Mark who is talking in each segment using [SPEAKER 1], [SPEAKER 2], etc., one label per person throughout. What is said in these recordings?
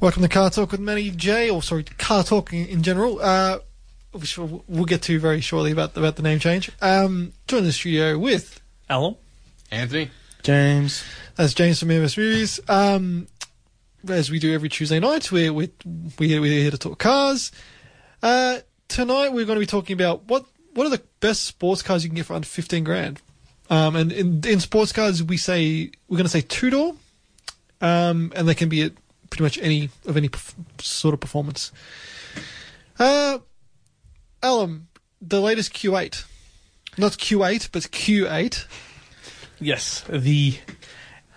[SPEAKER 1] Welcome to Car Talk with Manny J, or sorry, Car Talk in, in general, uh, which we'll, we'll get to very shortly about the, about the name change. Um, joined in the studio with
[SPEAKER 2] Alan.
[SPEAKER 3] Anthony,
[SPEAKER 4] James.
[SPEAKER 1] that's James from MS Movies. Um, as we do every Tuesday night, we're we're, we're we're here to talk cars. Uh, tonight we're going to be talking about what what are the best sports cars you can get for under fifteen grand. Um, and in, in sports cars, we say we're going to say two door, um, and they can be at pretty much any of any perf- sort of performance. Uh, Alum, the latest Q8, not Q8, but Q8.
[SPEAKER 2] Yes, the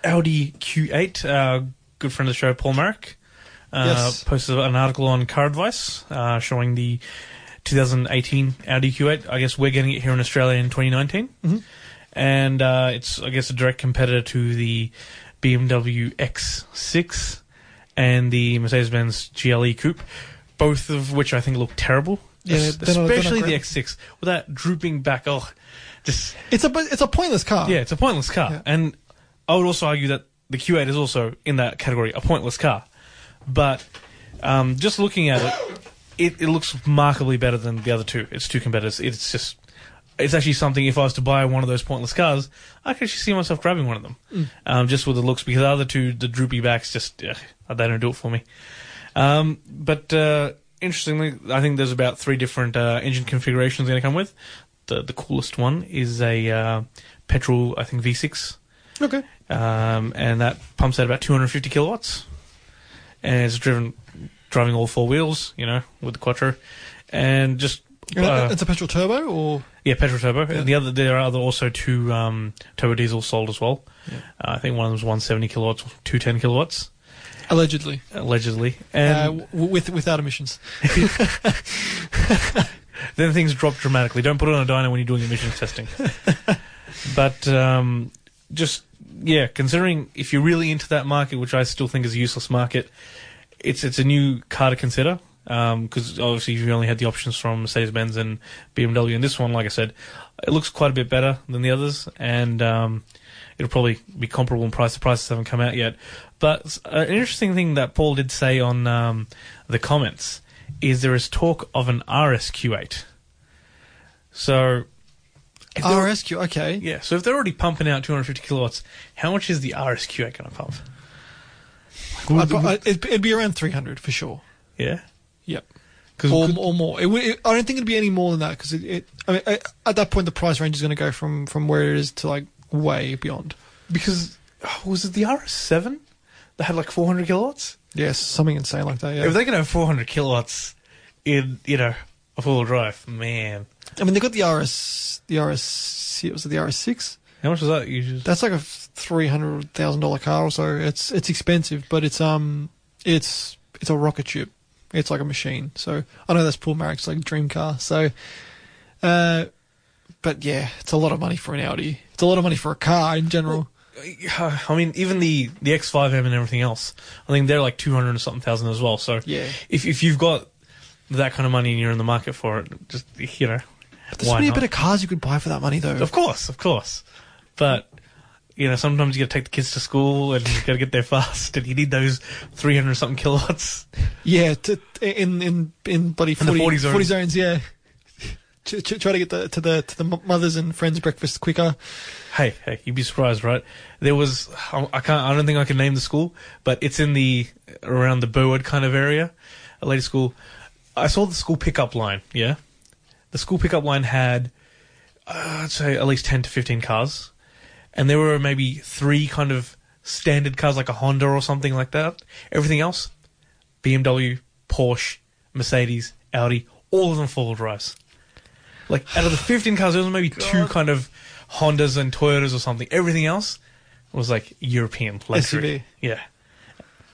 [SPEAKER 2] Audi Q8. Uh, good friend of the show, Paul Merrick, uh,
[SPEAKER 1] Yes.
[SPEAKER 2] posted an article on Car Advice uh, showing the 2018 Audi Q8. I guess we're getting it here in Australia in 2019,
[SPEAKER 1] Mm-hmm.
[SPEAKER 2] and uh, it's I guess a direct competitor to the BMW X6 and the Mercedes-Benz GLE Coupe, both of which I think look terrible.
[SPEAKER 1] Yeah, they're- they're not- they're not
[SPEAKER 2] especially the
[SPEAKER 1] great.
[SPEAKER 2] X6 with that drooping back. Oh, just
[SPEAKER 1] It's a it's a pointless car.
[SPEAKER 2] yeah, it's a pointless car.
[SPEAKER 1] Yeah.
[SPEAKER 2] And I would also argue that the Q8 is also in that category, a pointless car. But um, just looking at it, it, it looks remarkably better than the other two. It's two competitors. It's just, it's actually something. If I was to buy one of those pointless cars, I could actually see myself grabbing one of them,
[SPEAKER 1] Mm.
[SPEAKER 2] um, just with the looks. Because the other two, the droopy backs, just ugh, they don't do it for me. Um, but uh, interestingly, I think there's about three different uh, engine configurations going to come with. The the coolest one is a uh, petrol, I think V6,
[SPEAKER 1] Okay.
[SPEAKER 2] um, and that pumps out about 250 kilowatts, and it's driven driving all four wheels, you know, with the Quattro, and just
[SPEAKER 1] And
[SPEAKER 2] uh,
[SPEAKER 1] it's a petrol turbo, or
[SPEAKER 2] yeah, petrol turbo. And the other there are other also two um, turbo diesels sold as well. Uh, I think one of them's 170 kilowatts, 210 kilowatts,
[SPEAKER 1] allegedly,
[SPEAKER 2] allegedly,
[SPEAKER 1] uh,
[SPEAKER 2] and.
[SPEAKER 1] w- with without emissions.
[SPEAKER 2] then things drop dramatically. Don't put it on a dyno when you're doing emissions testing. but um, just yeah, considering if you're really into that market, which I still think is a useless market, it's it's a new car to consider. Because obviously, you only had the options from Mercedes Benz and BMW, and this one, like I said, it looks quite a bit better than the others, and um, it'll probably be comparable in price. The prices haven't come out yet. But s- an interesting thing that Paul did say on um, the comments is there is talk of an RSQ8. So, if they're-
[SPEAKER 1] RSQ, okay.
[SPEAKER 2] yeah, so if they're already pumping out 250 kilowatts, how much is the RSQ8 going to pump?
[SPEAKER 1] I'd, pro- I'd- it'd, it'd be around 300 for sure.
[SPEAKER 2] Yeah,
[SPEAKER 1] Yep.
[SPEAKER 2] because
[SPEAKER 1] Or, or more. It, would- it, I don't think it'd be any more than that because it, it, I mean, I, at that point, the price range is going to go from, from where it is to like way beyond.
[SPEAKER 2] because oh, was it the RS7 that had like 400 kilowatts?
[SPEAKER 1] Yes, something insane like that. Yeah.
[SPEAKER 2] If they can have 400 kilowatts in you know a four-wheel drive, man,
[SPEAKER 1] I mean, they got the RS, the RS, was it the RS6?
[SPEAKER 2] how much was that? You just,
[SPEAKER 1] That's like a three hundred thousand dollar car or so. It's it's expensive, but it's um, it's it's a rocket ship. It's like a machine. So I know that's Paul Marrick's like dream car. So, uh, but yeah, it's a lot of money for an Audi. It's a lot of money for a car in general.
[SPEAKER 2] uh, I mean, even the the X5M and everything else, I think they're like 200 and something thousand as well. So
[SPEAKER 1] Yeah.
[SPEAKER 2] if if you've got that kind of money and you're in the market for it, just you know,
[SPEAKER 1] But there's
[SPEAKER 2] why
[SPEAKER 1] many
[SPEAKER 2] not?
[SPEAKER 1] better cars you could buy for that money though.
[SPEAKER 2] Of course, of course. But you know, sometimes you got to take the kids to school and you got to get there fast, and you need those three hundred something kilowatts.
[SPEAKER 1] Yeah, t- in in in bloody
[SPEAKER 2] In the
[SPEAKER 1] 40, 40
[SPEAKER 2] 40
[SPEAKER 1] zones.
[SPEAKER 2] zone.
[SPEAKER 1] Yeah. Ch- ch- Try to get the, to the to the m- mothers and friends breakfast quicker.
[SPEAKER 2] Hey, hey, you'd be surprised, right? There was um, I I can't I don't think I can name the school, but it's in the around the Burwood kind of area, a lady school. I saw the school pickup line. Yeah, the school pickup line had uh, I'd say at least ten to fifteen cars, and there were maybe three kind of standard cars like a Honda or something like that. Everything else, BMW, Porsche, Mercedes, Audi, all of them four wheel drives. Like out of the 15 cars, there was maybe two kind of Hondas and Toyotas or something. Everything else was like European luxury.
[SPEAKER 1] SUV.
[SPEAKER 2] Yeah.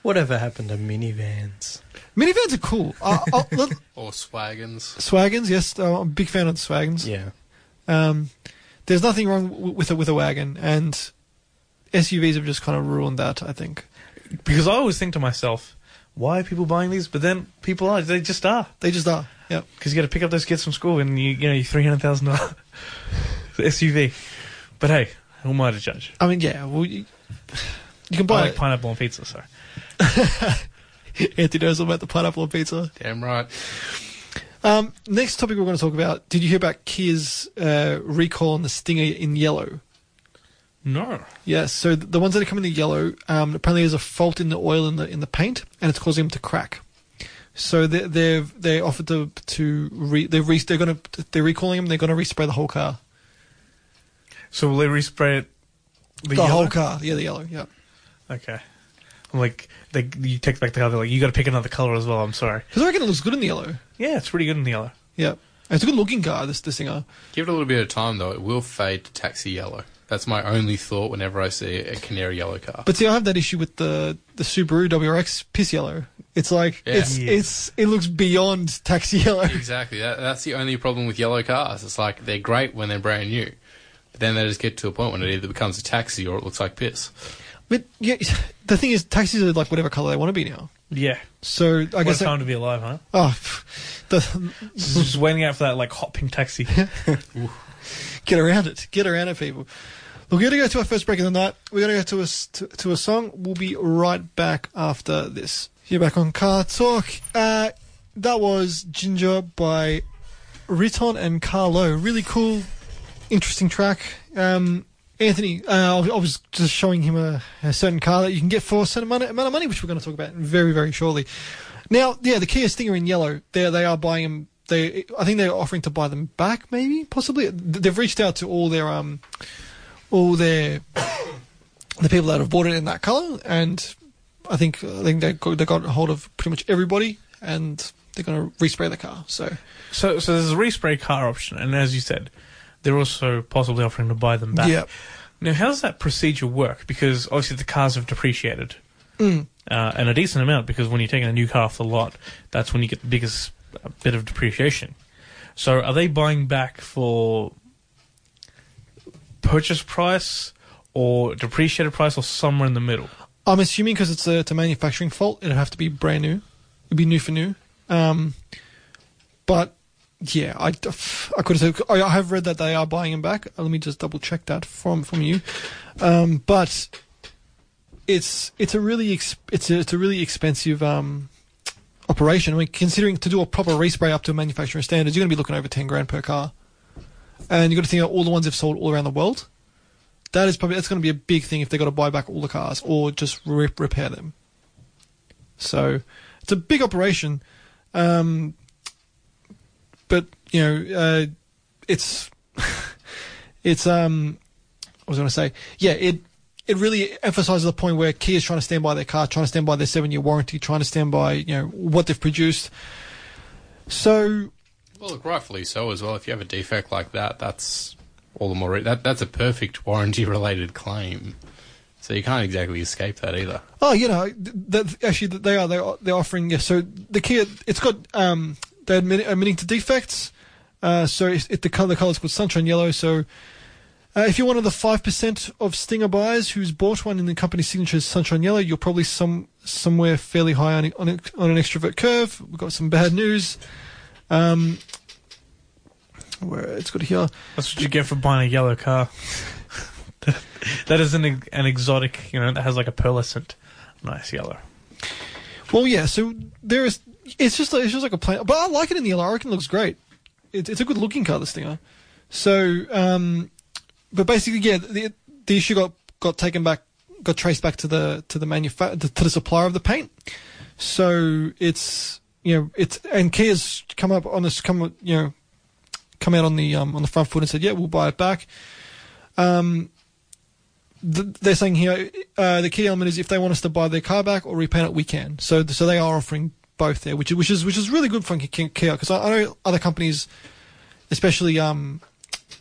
[SPEAKER 4] Whatever happened to minivans?
[SPEAKER 1] Minivans are cool. Uh, I, I, look,
[SPEAKER 3] or Swaggins.
[SPEAKER 1] Swaggins, yes, uh, I'm a big fan of the Swaggins.
[SPEAKER 4] Yeah.
[SPEAKER 1] Um, there's nothing wrong w- with a with a wagon, and SUVs have just kind of ruined that. I think
[SPEAKER 2] Because I always think to myself, why are people buying these? But then people are. They just are.
[SPEAKER 1] they just are. Yeah,
[SPEAKER 2] Because you got to pick up those kids from school and you, you know, you're $300,000 SUV. But hey, who am I to judge?
[SPEAKER 1] I mean, yeah, well, you, you can
[SPEAKER 2] I
[SPEAKER 1] buy
[SPEAKER 2] like pineapple on pizza, so.
[SPEAKER 1] Anthony knows all about the pineapple on pizza.
[SPEAKER 3] Damn right.
[SPEAKER 1] Um, next topic we're going to talk about. Did you hear about Kia's uh, recall on the Stinger in yellow?
[SPEAKER 2] No.
[SPEAKER 1] Yes. So th- the ones that are coming in yellow, um, apparently there's a fault in the oil in the in the paint, and it's causing them to crack. So they, they've they offered to to re, they're re, they're going to they're recalling them. They're going to respray the whole car.
[SPEAKER 2] So will they respray it?
[SPEAKER 1] The,
[SPEAKER 2] yellow?
[SPEAKER 1] whole car. Yeah, the yellow. Yeah.
[SPEAKER 2] Okay. I'm like, they, you take back the color. They're like, you got to pick another color as well. I'm sorry.
[SPEAKER 1] Because I reckon it looks good in the yellow.
[SPEAKER 2] Yeah, it's pretty good in the yellow.
[SPEAKER 1] Yeah. And it's a good looking car. This this singer.
[SPEAKER 3] Give it a little bit of time though. It will fade to taxi yellow. That's my only thought whenever I see a canary yellow car.
[SPEAKER 1] But see, I have that issue with the the Subaru WRX piss yellow. It's like
[SPEAKER 3] Yeah.
[SPEAKER 1] it's
[SPEAKER 2] Yeah.
[SPEAKER 1] it's it looks beyond taxi yellow.
[SPEAKER 3] exactly. That, that's the only problem with yellow cars. It's like they're great when they're brand new, but then they just get to a point when it either becomes a taxi or it looks like piss.
[SPEAKER 1] But yeah, the thing is, taxis are like whatever color they want to be now.
[SPEAKER 2] Yeah.
[SPEAKER 1] So I
[SPEAKER 2] what
[SPEAKER 1] guess
[SPEAKER 2] a time to be alive, huh?
[SPEAKER 1] oh, pff, the,
[SPEAKER 2] Just waiting out for that like hot pink taxi.
[SPEAKER 1] get around it, get around it, people. We're going to go to our first break of the night. We're going to go to a s- to, to a song. We'll be right back after this. You're back on Car Talk. Uh, that was Ginger by Riton and Carlo. Really cool, interesting track. Um, Anthony, uh, I was just showing him a, a certain car that you can get for a certain amount of, amount of money, which we're going to talk about very, very shortly. Now, yeah, the Kia Stinger in yellow. They they are buying them. They I think they're offering to buy them back, maybe possibly. They've reached out to all their um, all their the people that have bought it in that color, and I think I think they got, they got hold of pretty much everybody, and they're going to respray the car. So
[SPEAKER 2] so, so there's a respray car option, and as you said, they're also possibly offering to buy them back.
[SPEAKER 1] yeah,
[SPEAKER 2] Now, how does that procedure work? Because obviously the cars have depreciated, uh, and a decent amount. Because when you're taking a new car off the lot, that's when you get the biggest uh, bit of depreciation. So, are they buying back for purchase price or depreciated price, or somewhere in the middle?
[SPEAKER 1] I'm assuming because it's a it's a manufacturing fault, it'd have to be brand new. It'd be new for new. Um, but yeah, I, I could have. I I have read that they are buying them back. Uh, Let me just double check that from from you. Um, but it's it's a really ex, it's a, it's a really expensive um operation. I mean, considering to do a proper respray up to manufacturer standards, you're going to be looking over ten grand per car, and you have got to think about all the ones they've sold all around the world. That is probably that's going to be a big thing if they got to buy back all the cars or just rip, repair them. So it's a big operation, um, but you know uh, it's it's um I was going to say yeah it it really emphasizes the point where Kia is trying to stand by their car, trying to stand by their seven year warranty, trying to stand by you know what they've produced. So
[SPEAKER 3] Well, look, rightfully so as well. If you have a defect like that, that's all the more re- that that's a perfect warranty-related claim. So you can't exactly escape that either.
[SPEAKER 1] Oh, you know, th- that actually th- they are they are they're offering. Yeah, so the Kia, it's got um, they're admit, admitting to defects. Uh, so it, it, the color the color's called sunshine yellow. So uh, if you're one of the five percent of Stinger buyers who's bought one in the company's signature is sunshine yellow, you're probably some somewhere fairly high on on, on an extrovert curve. We've got some bad news. Um, where it's got here.
[SPEAKER 2] That's what you get for buying a yellow car. that is an ex- an exotic, you know, that has like a pearlescent, nice yellow.
[SPEAKER 1] Well, yeah. So there is. It's just like, it's just like a plane, but I like it in the yellow. I reckon it looks great. It's it's a good looking car. This thing. So, um, but basically, yeah, the, the issue got got taken back, got traced back to the to the manufa- to the supplier of the paint. So it's you know it's and Kia's come up on this come you know come out on the um, on the front foot and said yeah we'll buy it back. Um, th- they're saying here uh, the key element is if they want us to buy their car back or repaint it, we can. So so they are offering both there, which is which is which is really good for Kia because I, I know other companies, especially um,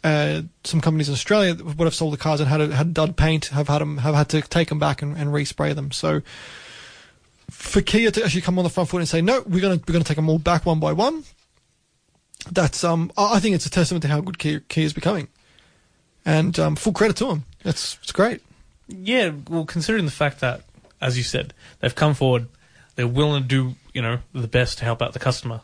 [SPEAKER 1] uh, some companies in Australia that would have sold the cars and had a, had dud paint, have had 'em- have had to take them back and, and respray them. So for Kia to actually come on the front foot and say no, we're gonna we're gonna take them all back one by one. That's um, I I think it's a testament to how good Kia, Kia is becoming, and um, full credit to them. That's it's great.
[SPEAKER 2] Yeah, well, considering the fact that, as you said, they've come forward, they're willing to do, you know, the best to help out the customer.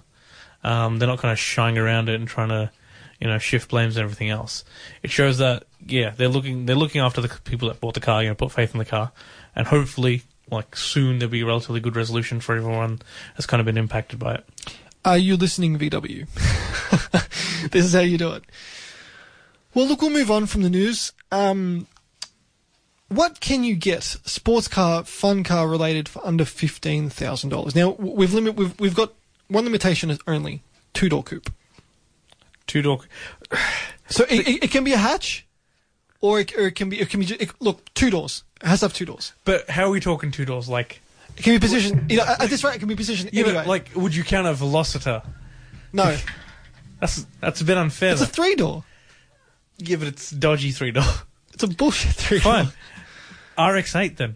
[SPEAKER 2] Um, they're not kind of shying around it and trying to, you know, shift blames and everything else. It shows that, yeah, they're looking they're looking after the c- people that bought the car, you know, put faith in the car, and hopefully like soon there'll be relatively good resolution for everyone that's kind of been impacted by it.
[SPEAKER 1] Are you listening, VW? this is how you do it. Well, look, we'll move on from the news. Um, what can you get sports car, fun car related for under fifteen thousand dollars? Now w- we've limit we've we've got one limitation is only two door coupe.
[SPEAKER 2] Two door.
[SPEAKER 1] So it, it, it can be a hatch, or it, or it can be it can be ju- it, look two doors. It has to have two doors.
[SPEAKER 2] But how are we talking two doors? Like
[SPEAKER 1] It can be positioned. You know, at at this rate, it can be positioned
[SPEAKER 2] you
[SPEAKER 1] anyway.
[SPEAKER 2] know, like would you count a Velociter?
[SPEAKER 1] no,
[SPEAKER 2] That's that's a bit unfair.
[SPEAKER 1] it's a
[SPEAKER 2] though.
[SPEAKER 1] three door.
[SPEAKER 2] yeah, but it's dodgy three door.
[SPEAKER 1] It's a bullshit three door.
[SPEAKER 2] Fine. RX8 then.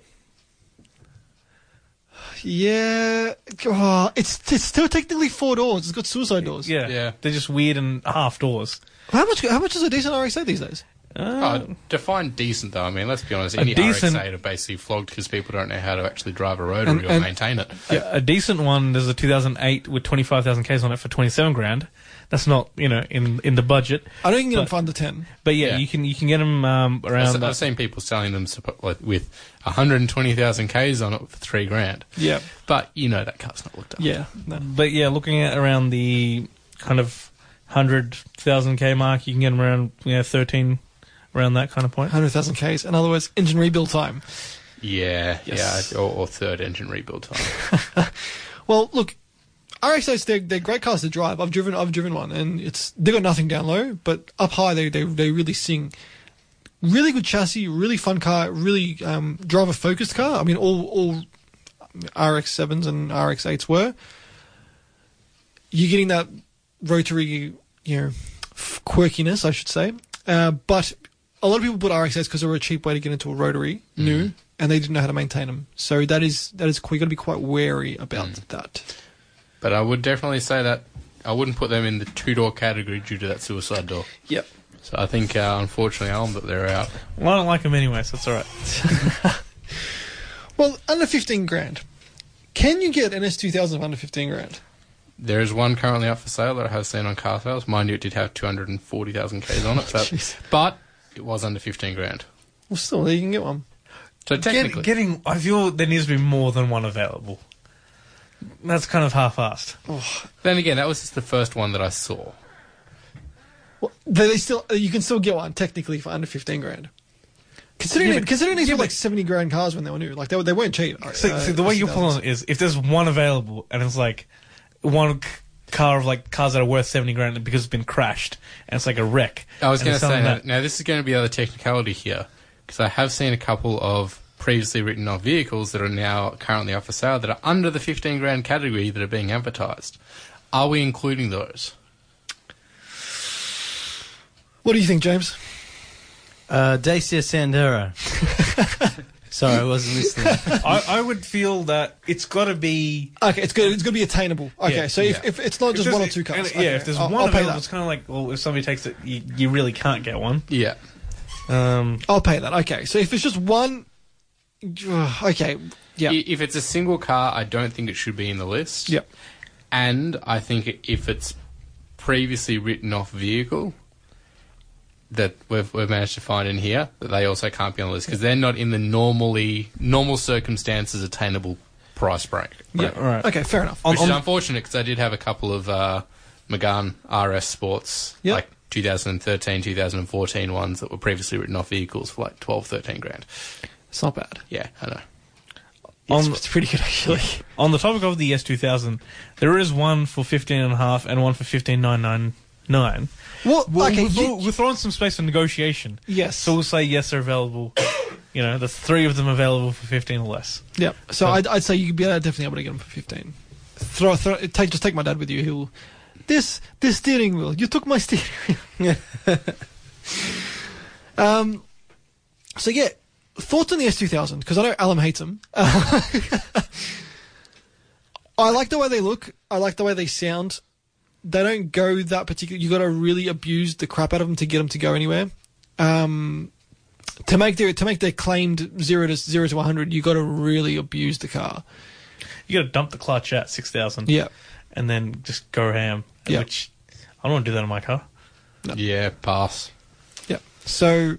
[SPEAKER 1] Yeah, oh, it's it's still technically four doors. It's got suicide doors.
[SPEAKER 2] Yeah.
[SPEAKER 3] Yeah.
[SPEAKER 2] They're just weird and half doors.
[SPEAKER 1] How much? How much is a decent RX-8 these days?
[SPEAKER 2] Uh,
[SPEAKER 3] Oh, define decent though. I mean, let's be honest.
[SPEAKER 2] A
[SPEAKER 3] Any
[SPEAKER 2] decent-
[SPEAKER 3] RX-8 are basically flogged because people don't know how to actually drive a rotary
[SPEAKER 2] And-
[SPEAKER 3] or
[SPEAKER 2] and-
[SPEAKER 3] maintain it.
[SPEAKER 2] a, a decent one. There's a 2008 with 25,000 k's on it for 27 grand. That's not you know in in the budget.
[SPEAKER 1] I don't think you can
[SPEAKER 2] But-
[SPEAKER 1] find the ten.
[SPEAKER 2] But yeah,
[SPEAKER 3] Yeah.
[SPEAKER 2] you can you can get them um,
[SPEAKER 3] I've, se-
[SPEAKER 2] around.
[SPEAKER 3] I've seen people selling them suppo- like, with 120,000 k's on it for three grand.
[SPEAKER 1] Yeah,
[SPEAKER 3] But you know that car's not looked up.
[SPEAKER 1] yeah. No.
[SPEAKER 2] but yeah, looking at around the kind of hundred thousand k mark, you can get them around you know thirteen, around that kind of point.
[SPEAKER 1] Hundred thousand k's. In other words, engine rebuild time.
[SPEAKER 3] Yeah,
[SPEAKER 1] Yes.
[SPEAKER 3] yeah, or, or third engine rebuild time.
[SPEAKER 1] Well, look, RX-8s they're, they're great cars to drive. I've driven I've driven one, and it's they got nothing down low, but up high they they, they really sing. Really good chassis, really fun car, really um, driver focused car. I mean, all all RX-7s and RX-8s were. You're getting that rotary, you know, f- quirkiness, I should say. Uh, but a lot of people put RX-8s because they were a cheap way to get into a rotary
[SPEAKER 2] Mm.
[SPEAKER 1] new, and they didn't know how to maintain them. So that is that is we got to be quite wary about
[SPEAKER 2] Mm.
[SPEAKER 1] that.
[SPEAKER 3] but I would definitely say that I wouldn't put them in the two door category due to that suicide door.
[SPEAKER 1] Yep.
[SPEAKER 3] So I think, uh, unfortunately, Alan, that they're out.
[SPEAKER 2] Well, I don't like them anyway, so it's all right.
[SPEAKER 1] Well, under 15 grand. Can you get an S2000 for under 15 grand?
[SPEAKER 3] There is one currently up for sale that I have seen on car sales. Mind you, it did have 240,000 Ks on it,
[SPEAKER 1] Jeez.
[SPEAKER 3] but, but it was under 15 grand.
[SPEAKER 1] Well, still, you can get one.
[SPEAKER 3] So
[SPEAKER 2] Get,
[SPEAKER 3] technically,
[SPEAKER 2] getting, I feel there needs to be more than one available. That's kind of half-assed.
[SPEAKER 3] then again, that was just the first one that I saw.
[SPEAKER 1] Well, they they still, you can still get one technically for under 15 grand. Considering,
[SPEAKER 2] Yeah, but-
[SPEAKER 1] considering these
[SPEAKER 2] yeah,
[SPEAKER 1] were like
[SPEAKER 2] but-
[SPEAKER 1] 70 grand cars when they were new, like they, were- they weren't cheap.
[SPEAKER 2] So,
[SPEAKER 1] uh,
[SPEAKER 2] so the way you're
[SPEAKER 1] S2000s.
[SPEAKER 2] pulling it is, if there's one available and it's like one c- car of like cars that are worth seventy grand because it's been crashed and it's like a wreck.
[SPEAKER 3] I was
[SPEAKER 2] and
[SPEAKER 3] going
[SPEAKER 2] they're
[SPEAKER 3] to say
[SPEAKER 2] selling
[SPEAKER 3] that. Now, this is going to be the other technicality here, because I have seen a couple of previously written off vehicles that are now currently up for sale that are under the 15 grand category that are being advertised. Are we including those?
[SPEAKER 1] What do you think, James?
[SPEAKER 4] Uh, Dacia Sandero. Sorry, I wasn't listening.
[SPEAKER 1] uh,
[SPEAKER 2] I, I would feel that it's got to be
[SPEAKER 1] Okay, it's good. It's going to be attainable. Okay,
[SPEAKER 2] Yeah,
[SPEAKER 1] so if,
[SPEAKER 3] yeah.
[SPEAKER 1] if it's not just
[SPEAKER 2] If
[SPEAKER 1] one or
[SPEAKER 2] there's-
[SPEAKER 1] two cars,
[SPEAKER 2] and,
[SPEAKER 1] okay,
[SPEAKER 2] yeah, if there's
[SPEAKER 1] I'll,
[SPEAKER 2] one
[SPEAKER 1] I'll pay
[SPEAKER 2] available, it's
[SPEAKER 1] that.
[SPEAKER 2] kind of like, well, if somebody takes it, you, you really can't get one.
[SPEAKER 3] Yeah.
[SPEAKER 2] Um,
[SPEAKER 1] I'll pay that. Okay, so if it's just one, okay, yeah,
[SPEAKER 3] I- If it's a single car, I don't think it should be in the list.
[SPEAKER 1] yeah.
[SPEAKER 3] And I think if it's previously written off vehicle that we've, we've managed to find in here, that they also can't be on the list because they're not in the normally normal circumstances attainable price bracket.
[SPEAKER 2] Yeah, right.
[SPEAKER 1] Okay, fair enough.
[SPEAKER 3] Which is unfortunate because I did have a couple of uh, Megane RS Sports,
[SPEAKER 1] Yep.
[SPEAKER 3] like 2013, 2014 ones that were previously written off vehicles for like 12, 13 grand.
[SPEAKER 1] It's not bad.
[SPEAKER 3] Yeah, I know.
[SPEAKER 1] It's,
[SPEAKER 2] On-
[SPEAKER 1] it's pretty good actually.
[SPEAKER 2] On the topic of the S2000, there is one for 15 and a half and one for 15,999.
[SPEAKER 1] Well,
[SPEAKER 2] We'll,
[SPEAKER 1] okay,
[SPEAKER 2] we'll,
[SPEAKER 1] you-
[SPEAKER 2] we'll throw in some space for negotiation.
[SPEAKER 1] Yes.
[SPEAKER 2] So we'll say, yes, they're available. you know, there's three of them available for 15 or less.
[SPEAKER 1] Yep. So I'd, I'd say you could be uh, definitely able to get them for fifteen. Throw, throw, take, just take my dad with you. He'll this this steering wheel. You took my steering wheel. um. So yeah, thoughts on the S two thousand because I know Alan hates them. I like the way they look. I like the way they sound. They don't go that particular. You got to really abuse the crap out of them to get them to go anywhere. Um, to make their to make their claimed zero to zero to one hundred, you got to really abuse the car.
[SPEAKER 2] You got to dump the clutch at 6,000
[SPEAKER 1] Yeah,
[SPEAKER 2] and then just go ham.
[SPEAKER 1] Yeah.
[SPEAKER 2] Which I don't want to do that in my car.
[SPEAKER 1] No.
[SPEAKER 3] Yeah, pass.
[SPEAKER 1] yeah. So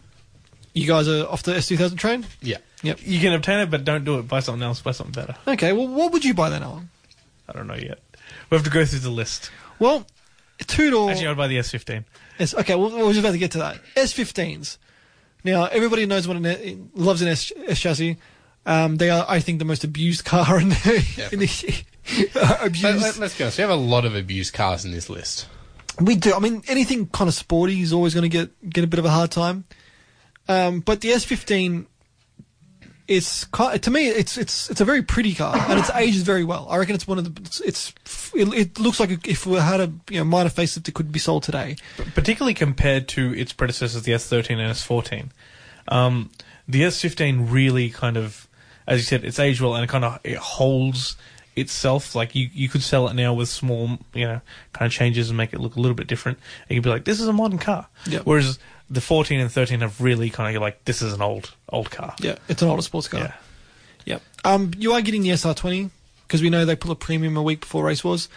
[SPEAKER 1] you guys are off the S two thousand train.
[SPEAKER 3] Yeah.
[SPEAKER 1] Yep.
[SPEAKER 2] You can obtain it, but don't do it. Buy something else. Buy something better.
[SPEAKER 1] Okay, well, what would you buy then, Alan?
[SPEAKER 2] I don't know yet. We have to go through the list.
[SPEAKER 1] Well, two door.
[SPEAKER 2] Actually, I'd buy the S15.
[SPEAKER 1] S- okay, well, we're just about to get to that. S15s. Now, everybody knows what an S- loves an S, S chassis. Um, they are, I think, the most abused car in the, in the
[SPEAKER 3] Let,
[SPEAKER 1] abused.
[SPEAKER 3] us be honest, we have a lot of abused cars in this list.
[SPEAKER 1] We do. I mean, anything kind of sporty is always going to get get a bit of a hard time. Um, but the S15 is ki- to me it's it's it's a very pretty car and it's ages very well. I reckon it's one of the it's, it's it, it looks like if we had a you know minor facelift, it could be sold today.
[SPEAKER 2] particularly compared to its predecessors, the S13 and S14. Um, the S15 really kind of, as you said, it's age well and it kind of it holds itself. Like you, you could sell it now with small, you know, kind of changes and make it look a little bit different. And you'd be like, this is a modern car.
[SPEAKER 1] Yeah.
[SPEAKER 2] Whereas the 14 and 13 have really kind of like, this is an old, old car.
[SPEAKER 1] Yeah, it's an older sports car.
[SPEAKER 2] Yeah.
[SPEAKER 1] Yep. Um, you are getting the SR20 because we know they pull a premium a week before race wars.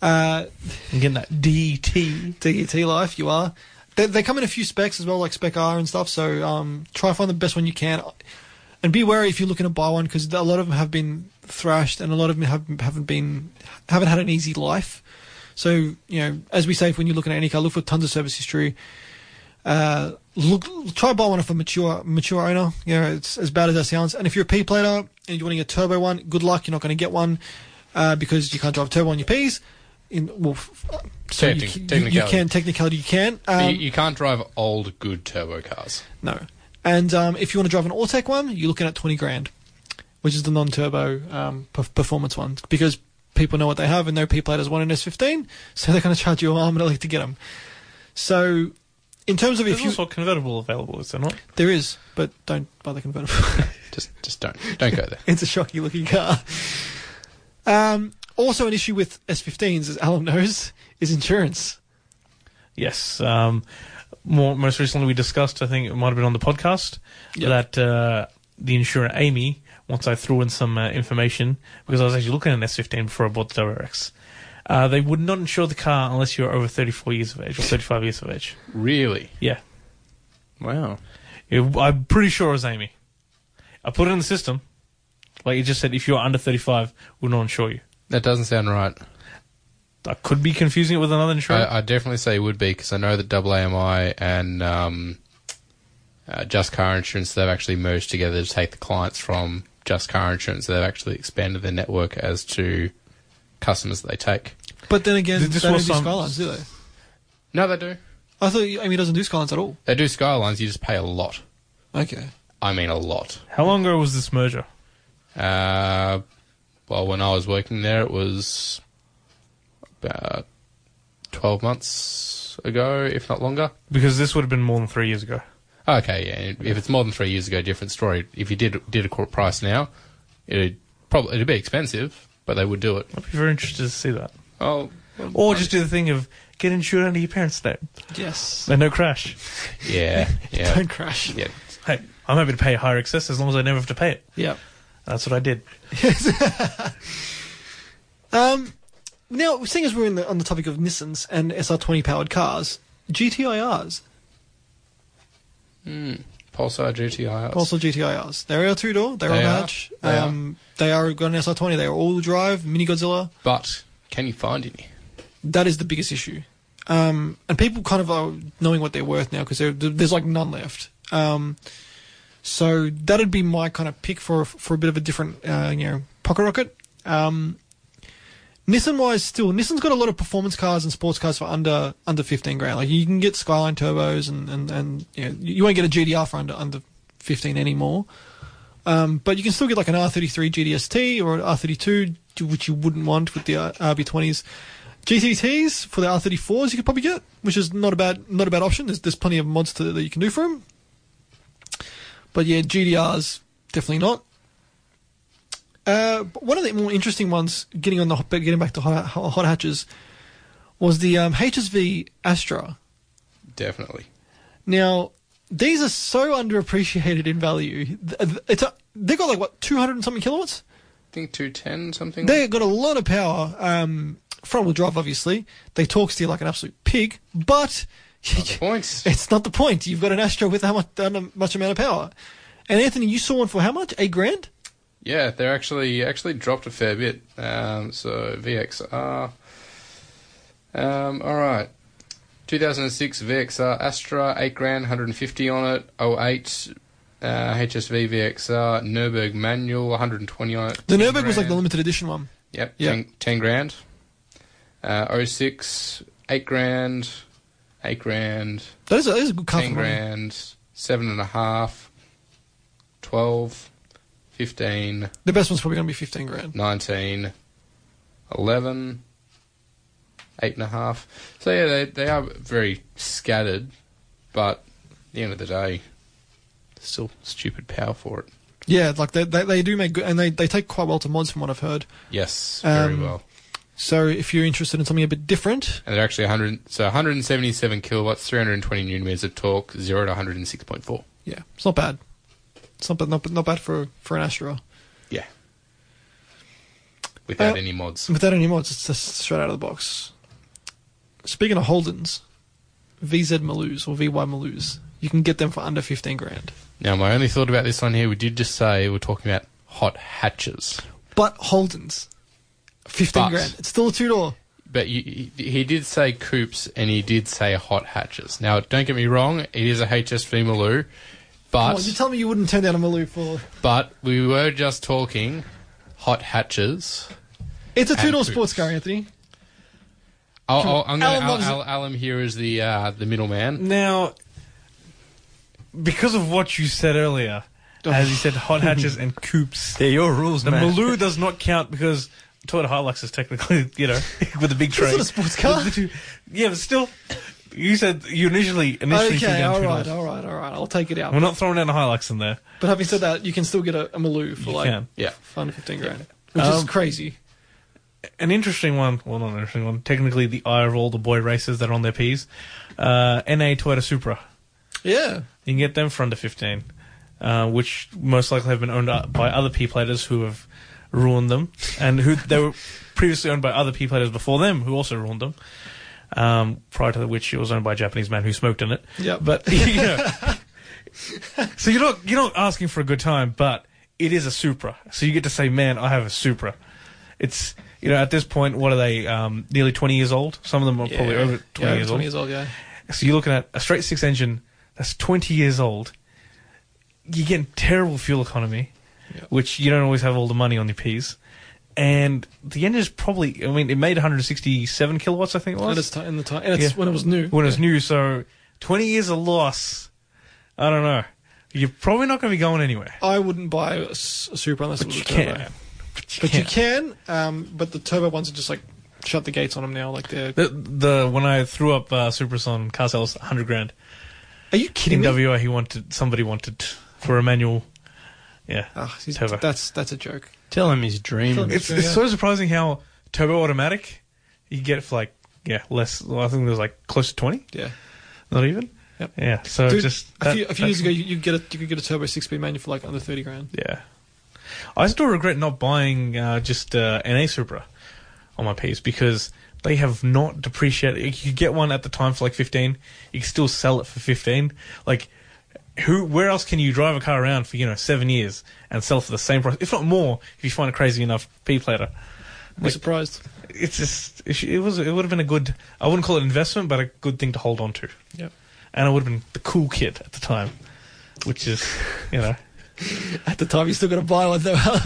[SPEAKER 1] Uh,
[SPEAKER 2] And getting that DT.
[SPEAKER 1] DET E life, you are. They, they come in a few specs as well, like Spec R and stuff. So um, try find the best one you can, and be wary if you're looking to buy one because a lot of them have been thrashed and a lot of them have, haven't been haven't had an easy life. So you know, as we say, when you're looking at any car, look for tons of service history. Uh, look, try buy one off a mature mature owner. You know, it's as bad as that sounds. And if you're a P plater and you want to get a turbo one, good luck. You're not going to get one uh, because you can't drive a turbo on your P's. In well, f- so you,
[SPEAKER 3] Technic-
[SPEAKER 1] c- you- you
[SPEAKER 3] technicality.
[SPEAKER 1] can technicality you can.
[SPEAKER 3] You-
[SPEAKER 1] Um,
[SPEAKER 3] you, can't drive old, good turbo cars.
[SPEAKER 1] no. And um, if you want to drive an Ortec one, you're looking at 20 grand, which is the non turbo um, perf- performance one, because people know what they have and no people that has one in S15, so they're going to charge you an arm and a leg to get them. So, in terms of
[SPEAKER 2] There's
[SPEAKER 1] if you.
[SPEAKER 2] also a convertible available, is there not?
[SPEAKER 1] There is, but don't buy the convertible.
[SPEAKER 3] Just, just don't, don't go there.
[SPEAKER 1] it's a shocky looking car. Um, also, an issue with S15s, as Alan knows, is insurance.
[SPEAKER 2] Yes. Um, more, most recently, we discussed, I think it might have been on the podcast,
[SPEAKER 1] Yep.
[SPEAKER 2] that uh, the insurer Amy, once I threw in some uh, information, because I was actually looking at an S15 before I bought the WRX, uh, they would not insure the car unless you were over 34 years of age or 35 years of age.
[SPEAKER 3] Really?
[SPEAKER 2] Yeah.
[SPEAKER 3] Wow.
[SPEAKER 2] It- I'm pretty sure it was Amy. I put it in the system. Like it just said, if you're under 35, we'll not insure you.
[SPEAKER 3] That doesn't sound right.
[SPEAKER 2] I could be confusing it with another insurer.
[SPEAKER 3] I, I definitely say it would be because I know that AAMI and um, uh, Just Car Insurance they've actually merged together to take the clients from Just Car Insurance. They've actually expanded their network as to customers that they take.
[SPEAKER 1] But then again,
[SPEAKER 2] Th-
[SPEAKER 1] this
[SPEAKER 2] this
[SPEAKER 1] they don't
[SPEAKER 2] was
[SPEAKER 1] do
[SPEAKER 2] some-
[SPEAKER 1] Skylines, do they?
[SPEAKER 3] No, they do.
[SPEAKER 1] I thought Amy doesn't do Skylines at all.
[SPEAKER 3] They do Skylines. You just pay a lot.
[SPEAKER 1] Okay.
[SPEAKER 3] I mean, a lot.
[SPEAKER 2] How long ago was this merger?
[SPEAKER 3] Uh, well, when I was working there, it was about twelve months ago, if not longer. Oh,
[SPEAKER 2] Because this would have been more than three years ago.
[SPEAKER 3] Okay, yeah. If it's more than three years ago, different story. If you did did a court price now, it'd probably it'd be expensive, but they would do it.
[SPEAKER 2] I'd be very interested to see that.
[SPEAKER 3] Oh,
[SPEAKER 2] Or just do the thing of get insured under your parents' name
[SPEAKER 1] Yes.
[SPEAKER 2] and no crash.
[SPEAKER 3] yeah, yeah,
[SPEAKER 1] Don't crash.
[SPEAKER 3] yeah.
[SPEAKER 2] Hey, I'm happy to pay higher excess as long as I never have to pay it.
[SPEAKER 1] Yeah.
[SPEAKER 2] That's what I did.
[SPEAKER 1] Um, now, seeing as we're in the, on the topic of Nissans and SR20 powered cars, GTIRs,
[SPEAKER 3] Hmm. Pulsar GTI.
[SPEAKER 1] also GTIRs, they're a two door, they're on
[SPEAKER 3] They are.
[SPEAKER 1] hatch.
[SPEAKER 3] They are.
[SPEAKER 1] um, they are got an SR20, they are all wheel drive, Mini Godzilla.
[SPEAKER 3] But can you find any?
[SPEAKER 1] That is the biggest issue. Um, and people kind of are knowing what they're worth now because there's like none left. Um, so that'd be my kind of pick for for a bit of a different, uh, you know, pocket rocket. Um, Nissan wise, still Nissan's got a lot of performance cars and sports cars for under under fifteen grand. Like you can get Skyline turbos and and and you, know, you won't get a GDR for under under fifteen anymore. Um, but you can still get like an R33 GDST or an R32, which you wouldn't want with the uh, RB20s. GTTs for the R34s you could probably get, which is not a bad not a bad option. There's there's plenty of mods to, that you can do for them. But yeah, GDRs definitely not. Uh, but one of the more interesting ones, getting on the hot- getting back to hot, hot hatches, was the um, HSV Astra.
[SPEAKER 3] Definitely.
[SPEAKER 1] Now, these are so underappreciated in value. Th- th- It's a, they've got like what 200 and something kilowatts.
[SPEAKER 3] I think two ten something.
[SPEAKER 1] They've got a lot of power. Um, front wheel drive, obviously. They talk to you like an absolute pig, but
[SPEAKER 3] Points.
[SPEAKER 1] it's not the point. You've got an Astro with how much, how much amount of power. And Anthony, you saw one for how much? Eight grand?
[SPEAKER 3] Yeah, they're actually actually dropped a fair bit. Um, so VXR. Um, all right. 2006 VXR Astra, 8 grand, 150 on it. 08 uh, HSV VXR Nürburg manual, 120 on it.
[SPEAKER 1] The
[SPEAKER 3] 10
[SPEAKER 1] Nurburg was like the
[SPEAKER 3] grand.
[SPEAKER 1] limited edition one.
[SPEAKER 3] Yep,
[SPEAKER 1] Yeah.
[SPEAKER 3] 10, 10 grand. Uh, 06, 8 grand, 8 grand,
[SPEAKER 1] That is a, that is a good car
[SPEAKER 3] 10
[SPEAKER 1] for money.
[SPEAKER 3] grand, 7.5, 12, 15,
[SPEAKER 1] The best one's probably going to be 15 grand.
[SPEAKER 3] 19, 11, 8.5. So, yeah, they, they are very scattered, but at the end of the day, still stupid power for it.
[SPEAKER 1] Yeah, like they, they, they do make good, and they, they take quite well to mods from what I've heard.
[SPEAKER 3] Yes, very
[SPEAKER 1] Um,
[SPEAKER 3] well.
[SPEAKER 1] So if you're interested in something a bit different,
[SPEAKER 3] And they're actually 100, so 177 kilowatts, 320 newton meters of torque, 0 to 106.4.
[SPEAKER 1] yeah, it's not bad. It's not, bad- not, not bad for, for an Astra.
[SPEAKER 3] Yeah. Without
[SPEAKER 1] Uh,
[SPEAKER 3] any mods.
[SPEAKER 1] Without any mods, it's just straight out of the box. Speaking of Holdens, VZ Malus or VY Malus, you can get them for under 15 grand.
[SPEAKER 3] Now, my only thought about this one here, we did just say we're talking about hot hatches.
[SPEAKER 1] But Holdens, 15
[SPEAKER 3] But-
[SPEAKER 1] grand. It's still a two door.
[SPEAKER 3] But you, he he did say coupes and he did say hot hatches. Now, don't get me wrong, it is a HSV Maloo,
[SPEAKER 1] Come
[SPEAKER 3] but,
[SPEAKER 1] on, you tell me you wouldn't turn down a Maloo for.
[SPEAKER 3] but we were just talking hot hatches.
[SPEAKER 1] It's a
[SPEAKER 3] And
[SPEAKER 1] two door
[SPEAKER 3] coupes.
[SPEAKER 1] sports car, Anthony.
[SPEAKER 3] I'll, I'll, I'm
[SPEAKER 1] Alan
[SPEAKER 3] going
[SPEAKER 1] Mm.
[SPEAKER 3] to, Al,
[SPEAKER 1] loves it.
[SPEAKER 3] Al, Alan here is the, uh, the middleman.
[SPEAKER 2] Now, because of what you said earlier, as you said, hot hatches and coupes,
[SPEAKER 4] They're your rules,
[SPEAKER 2] the
[SPEAKER 4] man.
[SPEAKER 2] Maloo does not count because Toyota Hilux is technically, you know, with a big
[SPEAKER 1] It's
[SPEAKER 2] tray.
[SPEAKER 1] not a sports car.
[SPEAKER 2] yeah, but still, you said you initially initially threw
[SPEAKER 1] okay,
[SPEAKER 2] down
[SPEAKER 1] all
[SPEAKER 2] two
[SPEAKER 1] right,
[SPEAKER 2] dollars.
[SPEAKER 1] all right, all right. I'll take it out.
[SPEAKER 2] We're not throwing down a Hilux in there.
[SPEAKER 1] But having said that, you can still get a, a Maloo for
[SPEAKER 2] You
[SPEAKER 1] like
[SPEAKER 2] can.
[SPEAKER 3] Yeah.
[SPEAKER 1] fun fifteen grand, which is
[SPEAKER 2] Um,
[SPEAKER 1] crazy.
[SPEAKER 2] An interesting one, well, not an interesting one. Technically, the eye of all the boy racers that are on their P's. Uh, NA Toyota Supra.
[SPEAKER 1] Yeah,
[SPEAKER 2] You can get them for under 15, uh, which most likely have been owned uh, by other P platers who have ruined them, and who they were previously owned by other P platers before them who also ruined them. Um, prior to which, it was owned by a Japanese man who smoked in it.
[SPEAKER 1] Yep.
[SPEAKER 2] But you know, so you're not you're not asking for a good time, but it is a Supra, so you get to say, "Man, I have a Supra." It's you know at this point, what are they? Um, nearly 20 years old. Some of them are probably
[SPEAKER 1] Yeah.
[SPEAKER 2] over 20
[SPEAKER 1] Yeah,
[SPEAKER 2] years old.
[SPEAKER 1] Twenty years old, yeah.
[SPEAKER 2] So you're looking at a straight six engine that's 20 years old. You're getting terrible fuel economy,
[SPEAKER 1] Yeah.
[SPEAKER 2] which you don't always have all the money on your P's. And the engine is probably, I mean, it made 167 kilowatts, I think it was,
[SPEAKER 1] And it's t- in the time, and it's
[SPEAKER 2] Yeah.
[SPEAKER 1] when it was new.
[SPEAKER 2] when it was new. So 20 years of loss. I don't know. You're probably not going to be going anywhere.
[SPEAKER 1] I wouldn't buy a, s- a Supra unless it
[SPEAKER 2] But
[SPEAKER 1] was
[SPEAKER 2] you
[SPEAKER 1] a turbo.
[SPEAKER 2] can. But you
[SPEAKER 1] But you
[SPEAKER 2] can.
[SPEAKER 1] can. Um, but the turbo ones are just like shut the gates on them now. Like they're.
[SPEAKER 2] The, the when I threw up uh, Supras on car sales, 100 grand.
[SPEAKER 1] Are you
[SPEAKER 2] In
[SPEAKER 1] kidding me?
[SPEAKER 2] WA, he wanted somebody wanted for a manual. Yeah,
[SPEAKER 1] Ah, he's-
[SPEAKER 2] turbo.
[SPEAKER 1] that's that's a joke.
[SPEAKER 4] Tell him he's
[SPEAKER 1] Tell
[SPEAKER 4] dreaming.
[SPEAKER 1] him-
[SPEAKER 2] It's,
[SPEAKER 1] So,
[SPEAKER 2] it's
[SPEAKER 1] yeah.
[SPEAKER 2] so surprising how turbo automatic you get for like yeah less. Well, I think there's like close to twenty,
[SPEAKER 1] Yeah.
[SPEAKER 2] not even.
[SPEAKER 1] Yep.
[SPEAKER 2] Yeah. So
[SPEAKER 1] Dude,
[SPEAKER 2] just
[SPEAKER 1] a
[SPEAKER 2] that-
[SPEAKER 1] few, a few
[SPEAKER 2] that-
[SPEAKER 1] years ago, you, you get a you could get a turbo six speed manual for like under thirty grand.
[SPEAKER 2] Yeah. I still regret not buying uh, just uh, NA Supra on my piece because they have not depreciated. You get one at the time for like fifteen. You can still sell it for fifteen. Like. Who? Where else can you drive a car around for you know seven years and sell for the same price, if not more, if you find a crazy enough P plater?
[SPEAKER 1] I'm
[SPEAKER 2] Like-
[SPEAKER 1] surprised.
[SPEAKER 2] it's just it sh- it was it would have been a good I wouldn't call it investment, but a good thing to hold on to.
[SPEAKER 1] Yep.
[SPEAKER 2] And I would have been the cool kid at the time, which is you know
[SPEAKER 1] At the time, you still got to buy one though. Um,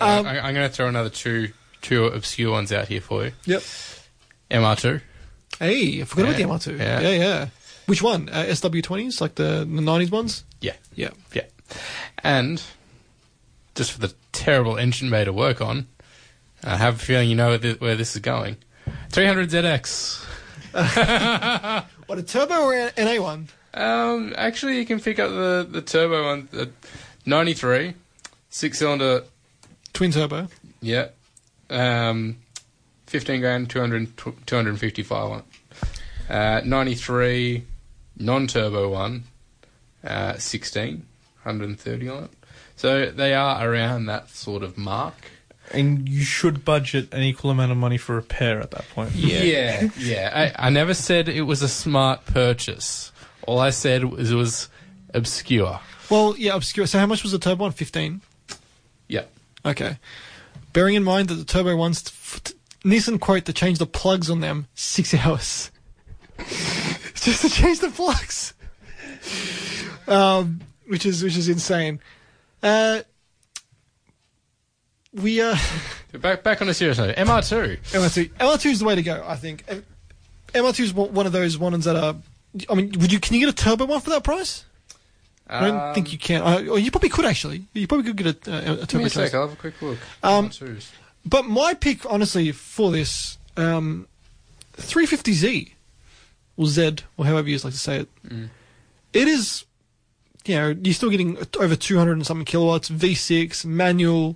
[SPEAKER 3] I, I'm going to throw another two, two obscure ones out here for you.
[SPEAKER 1] yep.
[SPEAKER 3] MR2.
[SPEAKER 1] Hey, I forgot
[SPEAKER 3] Yeah.
[SPEAKER 1] about the MR2. Yeah,
[SPEAKER 3] Yeah.
[SPEAKER 1] yeah. Which one? Uh, SW20s, like the, the 90s ones?
[SPEAKER 3] Yeah.
[SPEAKER 1] Yeah.
[SPEAKER 3] Yeah. And just for the terrible engine bay to work on, I have a feeling you know th- where this is going. 300ZX.
[SPEAKER 1] What, a turbo or an NA one?
[SPEAKER 3] Um, actually, you can pick up the, the turbo on the 93, six cylinder,
[SPEAKER 1] Twin turbo.
[SPEAKER 3] yeah. Um, 15 grand, 200, 255 one. Uh, 93, non turbo one, uh, 16, 130 on it. So they are around that sort of mark.
[SPEAKER 2] and you should budget an equal amount of money for repair at that point.
[SPEAKER 3] Yeah, yeah. I, I never said it was a smart purchase. All I said was it was obscure.
[SPEAKER 1] Well, yeah, obscure. So how much was the turbo one? Fifteen.
[SPEAKER 3] Yeah.
[SPEAKER 1] Okay. Bearing in mind that the turbo ones, f- t- Nissan quote to change the plugs on them six hours. Just to change the plugs, um, which is which is insane. Uh, we uh,
[SPEAKER 3] Back back on a serious note, MR2.
[SPEAKER 1] MR2 MR2 is the way to go, I think. Uh, And MR2 is one one of those ones that are. I mean, would you can you get a turbo one for that price? I don't
[SPEAKER 3] Um,
[SPEAKER 1] think you can. I, or you probably could actually. You probably could get a, a, a
[SPEAKER 3] Give
[SPEAKER 1] turbo.
[SPEAKER 3] me a sec. I'll have a quick look.
[SPEAKER 1] Um,
[SPEAKER 3] MR2s.
[SPEAKER 1] But my pick, honestly, for this, um, 350Z, or Z, or however you like to say it, it is, you know, you're still getting over 200 and something kilowatts, V6, manual,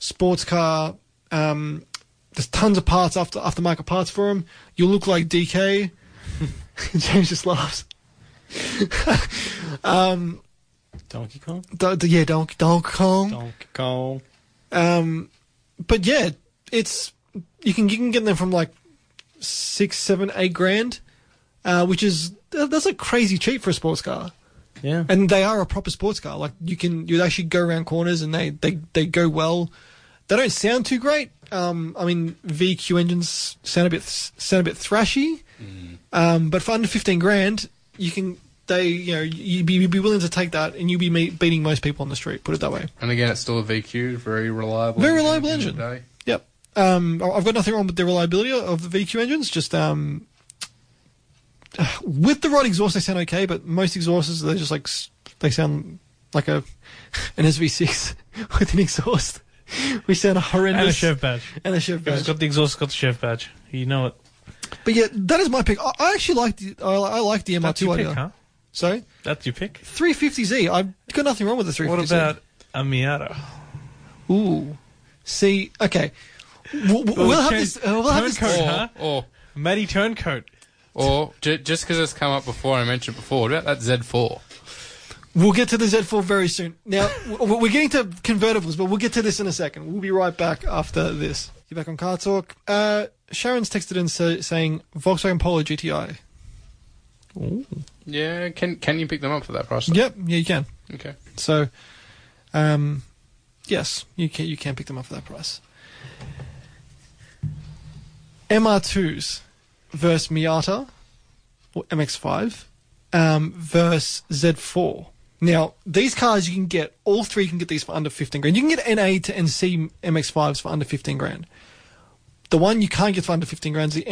[SPEAKER 1] sports car. Um, there's tons of parts after aftermarket parts for them. You look like DK. James just laughs.
[SPEAKER 4] Donkey Kong.
[SPEAKER 1] D- d- yeah, Donk Donk Kong.
[SPEAKER 4] Donkey Kong.
[SPEAKER 1] Um, but yeah, it's you can you can get them from like six, seven, eight grand, uh, which is that- that's like crazy cheap for a sports car.
[SPEAKER 4] Yeah.
[SPEAKER 1] And they are a proper sports car. Like you can you actually go around corners and they they they go well. They don't sound too great. Um, I mean VQ engines sound a bit sound a bit thrashy. Um, but for under fifteen grand, you can. They, you know, you'd be, you'd be willing to take that, and you'd be me- beating most people on the street. Put it that way.
[SPEAKER 3] And again, it's still a VQ, very reliable.
[SPEAKER 1] Very
[SPEAKER 3] at the
[SPEAKER 1] reliable
[SPEAKER 3] end of
[SPEAKER 1] engine.
[SPEAKER 3] the day.
[SPEAKER 1] Yep. Um, I- I've got nothing wrong with the reliability of the VQ engines. Just um, with the right exhaust, they sound okay. But most exhausts, they're just like s- they sound like a an SV6 with an exhaust. We sound horrendous.
[SPEAKER 2] And a chef badge.
[SPEAKER 1] And a Chev
[SPEAKER 2] If it's
[SPEAKER 1] badge.
[SPEAKER 2] got the exhaust, it's got the chef badge. You know it.
[SPEAKER 1] But yeah, that is my pick. I, I actually like the I, I like the
[SPEAKER 2] That's
[SPEAKER 1] MR2
[SPEAKER 2] your
[SPEAKER 1] idea.
[SPEAKER 2] pick, huh?
[SPEAKER 1] Sorry,
[SPEAKER 2] That's your pick.
[SPEAKER 1] 350Z. I've got nothing wrong with the 350Z.
[SPEAKER 2] What about a Miata?
[SPEAKER 1] Ooh, see, okay. We'll, we'll, have
[SPEAKER 2] change-
[SPEAKER 1] this. Uh, we'll have this.
[SPEAKER 2] Turncoat,
[SPEAKER 3] Or,
[SPEAKER 2] huh?
[SPEAKER 3] or,
[SPEAKER 2] Matty Turncoat.
[SPEAKER 3] or ju- just because it's come up before, I mentioned it before. What about that Z4?
[SPEAKER 1] We'll get to the Z4 very soon. Now, w- w- we're getting to convertibles, but we'll get to this in a second. We'll be right back after this. You're back on Car Talk. Uh, Sharon's texted in sa- saying Volkswagen Polo GTI.
[SPEAKER 3] Yeah, can can you pick them up for that price?
[SPEAKER 1] Yep, yeah, you can.
[SPEAKER 3] Okay.
[SPEAKER 1] So, um, yes, you can, you can pick them up for that price. MR2s versus Miata or MX5 um, versus Z4. Now, these cars you can get, all three you can get these for under 15 grand. You can get NA to NC MX5s for under 15 grand. The one you can't get for under 15 grand is the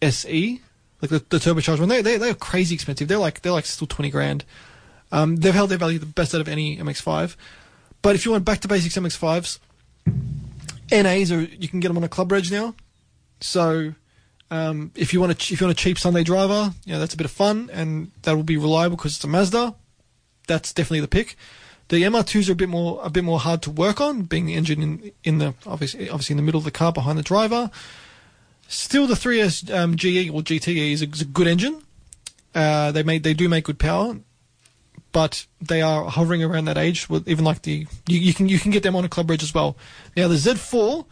[SPEAKER 1] NBSE, E, like the, the turbocharged one. They, they, they're crazy expensive. They're like, they're like still 20 grand. Um, they've held their value the best out of any MX5. But if you want back to basics MX5s, NAs are you can get them on a club reg now. So um, if you want a ch- if you want a cheap Sunday driver, you know that's a bit of fun and that will be reliable because it's a Mazda. That's definitely the pick. The MR2s are a bit more a bit more hard to work on, being the engine in in the obviously obviously in the middle of the car behind the driver. Still, the 3S um, GE or GTE is a, is a good engine. Uh, they made they do make good power but they are hovering around that age. With even like the you, you can you can get them on a club bridge as well. Now the Z4,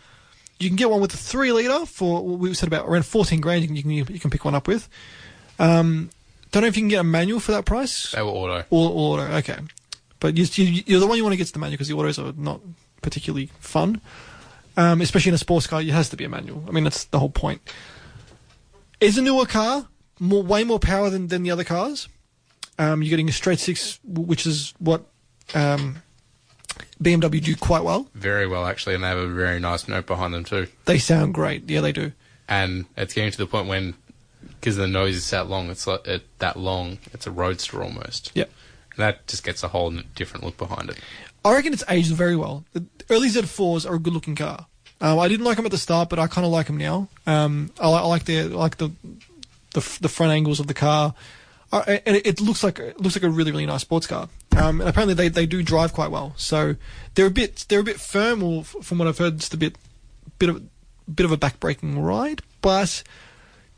[SPEAKER 1] you can get one with a three liter for what we said about around fourteen grand. You can you can, you can pick one up with. Um, don't know if you can get a manual for that price.
[SPEAKER 3] They were auto.
[SPEAKER 1] All, all auto, okay. But you, you, you're the one you want to get to the manual because the autos are not particularly fun. Um, especially in a sports car, it has to be a manual. I mean, that's the whole point. Is a newer car more, way more power than, than the other cars. Um, you're getting a straight six, w- which is what um, BMW do quite well.
[SPEAKER 3] Very well, actually, and they have a very nice note behind them, too.
[SPEAKER 1] They sound great. Yeah, they do.
[SPEAKER 3] And it's getting to the point when, because the nose is that long, it's like it, that long, it's a roadster almost.
[SPEAKER 1] Yeah.
[SPEAKER 3] And that just gets a whole n- different look behind it.
[SPEAKER 1] I reckon it's aged very well. The early Z4s are a good looking car. Um, I didn't like them at the start, but I kind of like them now. Um, I, li- I like the I like the, the f- the front angles of the car, uh, and it, it looks like it looks like a really really nice sports car. Um, and apparently they, they do drive quite well. So they're a bit they're a bit firm, or f- from what I've heard, just a bit bit of bit of a backbreaking ride, but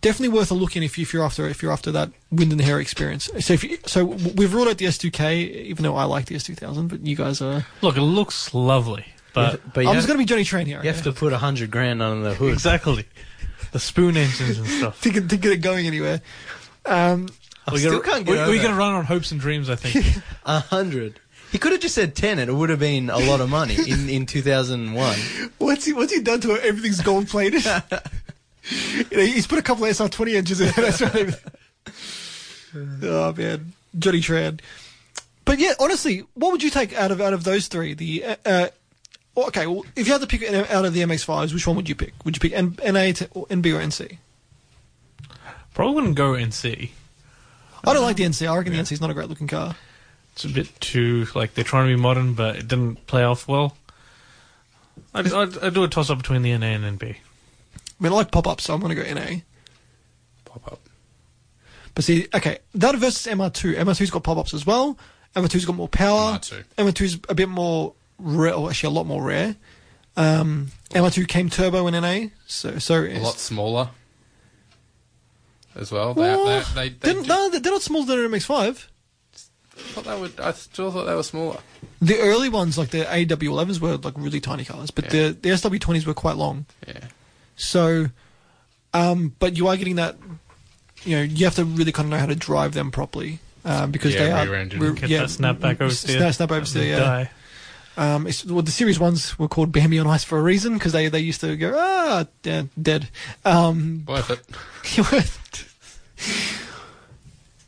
[SPEAKER 1] definitely worth a look in if, you, if you're after if you're after that wind and hair experience. So if you, so we've ruled out the S2K, even though I like the S2000, but you guys are.
[SPEAKER 2] Look, it looks lovely, but
[SPEAKER 4] but you,
[SPEAKER 1] I'm
[SPEAKER 4] have,
[SPEAKER 1] just going to be Johnny Train here.
[SPEAKER 4] you have to put a hundred grand under the hood.
[SPEAKER 2] exactly the spoon engines and stuff.
[SPEAKER 1] to get, to get it going anywhere. Um,
[SPEAKER 4] I
[SPEAKER 2] We
[SPEAKER 4] still
[SPEAKER 2] gotta-
[SPEAKER 4] can't
[SPEAKER 2] we-
[SPEAKER 4] get
[SPEAKER 2] we
[SPEAKER 4] over
[SPEAKER 2] gotta run on hopes and dreams. I think
[SPEAKER 4] a hundred.
[SPEAKER 5] He could have just said 10 and it would have been a lot of money in, in 2001.
[SPEAKER 1] What's he What's he done to it? Everything's gold plated. You know, he's put a couple of SR twenty inches in. That's right. oh man, Johnny Tran. But yeah, honestly, what would you take out of out of those three? The uh, uh, okay, well, if you had to pick an- out of the MX fives, which one would you pick? Would you pick N- NA to, or NB or NC?
[SPEAKER 2] Probably wouldn't go and see.
[SPEAKER 1] I don't like the NC. I reckon the NC is not a great looking car.
[SPEAKER 2] It's a bit too like they're trying to be modern, but it didn't play off well. I'd, I'd, I'd do a toss up between the NA and NB.
[SPEAKER 1] I mean, I like pop up, so I'm going to go NA.
[SPEAKER 3] Pop up.
[SPEAKER 1] But see, okay, that versus MR2. MR2's got pop ups as well. MR2's got more power.
[SPEAKER 3] MR2.
[SPEAKER 1] MR2's a bit more rare, or actually a lot more rare. Um, MR2 came turbo in NA, so so
[SPEAKER 3] A
[SPEAKER 1] it's-
[SPEAKER 3] lot smaller. As well. They,
[SPEAKER 1] Well,
[SPEAKER 3] they, they, they
[SPEAKER 1] didn't-
[SPEAKER 3] do-
[SPEAKER 1] no, they're not smaller than an MX5.
[SPEAKER 3] thought they would, I still thought they were smaller.
[SPEAKER 1] The early ones, like the AW11s, were like really tiny cars, but
[SPEAKER 3] Yeah.
[SPEAKER 1] the the SW20s were quite long.
[SPEAKER 3] Yeah.
[SPEAKER 1] So, um, but you are getting that. You know, you have to really kind of know how to drive them properly um, because
[SPEAKER 3] Yeah,
[SPEAKER 1] they are
[SPEAKER 3] rear engine.
[SPEAKER 1] we're-
[SPEAKER 2] Get that snap back
[SPEAKER 1] s-
[SPEAKER 2] oversteer.
[SPEAKER 1] snap- snap oversteer, yeah.
[SPEAKER 2] Die.
[SPEAKER 1] Um, it's, well, the series ones were called Bambi on Ice for a reason because they, they used to go ah dead. dead. Um,
[SPEAKER 3] Worth it.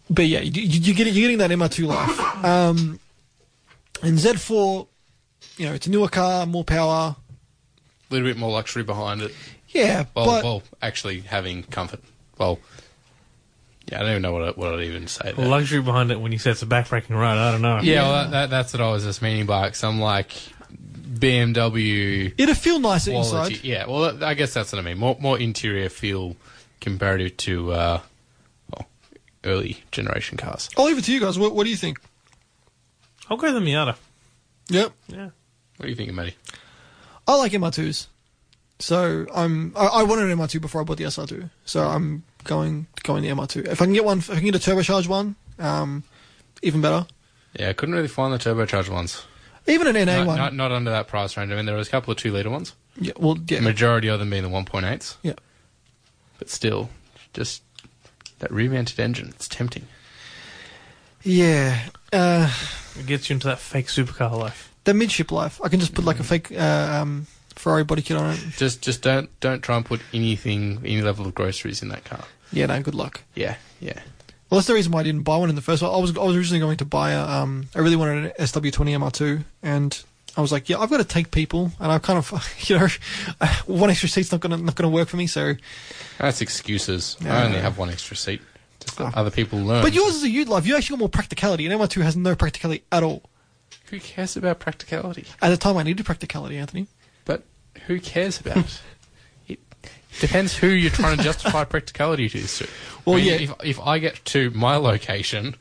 [SPEAKER 1] but yeah, you, you- you're getting you're getting that MR2 life. Um, and Z4, you know, it's a newer car, more power.
[SPEAKER 3] A little bit more luxury behind it.
[SPEAKER 1] Yeah,
[SPEAKER 3] Well,
[SPEAKER 1] but
[SPEAKER 3] well, actually having comfort. Well, yeah, I don't even know what I, what I'd even say. There.
[SPEAKER 2] Luxury behind it when you say it's a backbreaking ride. I don't know.
[SPEAKER 3] yeah, well, that, that, that's what I was just meaning by it, 'cause I'm like BMW
[SPEAKER 1] it'll feel nicer
[SPEAKER 3] quality.
[SPEAKER 1] inside.
[SPEAKER 3] Yeah, well, that- I guess that's what I mean. More more interior feel comparative to uh, well, early generation cars.
[SPEAKER 1] I'll leave it to you guys. What, what do you think?
[SPEAKER 2] I'll go the Miata.
[SPEAKER 1] Yep,
[SPEAKER 2] Yeah.
[SPEAKER 3] What do you think, Matty?
[SPEAKER 1] I like MR2s, so I'm I, I wanted an MR2 before I bought the SR2, so I'm going going the MR2. If I can get one, if I can get a turbocharged one, um, even better.
[SPEAKER 3] Yeah, I couldn't really find the turbocharged ones.
[SPEAKER 1] Even an NA
[SPEAKER 3] Not,
[SPEAKER 1] one.
[SPEAKER 3] not, not under that price range. I mean, there was a couple of two liter ones.
[SPEAKER 1] yeah, well, yeah.
[SPEAKER 3] The majority of them being the 1.8s.
[SPEAKER 1] Yeah.
[SPEAKER 3] But still, just that rear-mounted engine. It's tempting.
[SPEAKER 1] Yeah. Uh,
[SPEAKER 2] It gets you into that fake supercar life.
[SPEAKER 1] the midship life. I can just put like a fake uh, um, Ferrari body kit on it.
[SPEAKER 3] Just just don't don't try and put anything any level of groceries in that car.
[SPEAKER 1] Yeah, no, good luck.
[SPEAKER 3] Yeah, yeah.
[SPEAKER 1] Well, that's the reason why I didn't buy one in the first one. I was I was originally going to buy a um I really wanted an SW20 MR2 and I was like, yeah, I've got to take people and I kind of you know one extra seat's not gonna not gonna work for me. So,
[SPEAKER 3] That's excuses.
[SPEAKER 1] Yeah.
[SPEAKER 3] I only have one extra seat. Just let
[SPEAKER 1] Oh.
[SPEAKER 3] other people learn.
[SPEAKER 1] but yours is a youth life. You actually got more practicality. and MR2 has no practicality at all.
[SPEAKER 3] who cares about practicality?
[SPEAKER 1] At the time, I needed practicality, Anthony.
[SPEAKER 3] But who cares about it? It depends who you're trying to justify practicality to. Sue.
[SPEAKER 1] Well,
[SPEAKER 3] I mean,
[SPEAKER 1] yeah.
[SPEAKER 3] If, if I get to my location,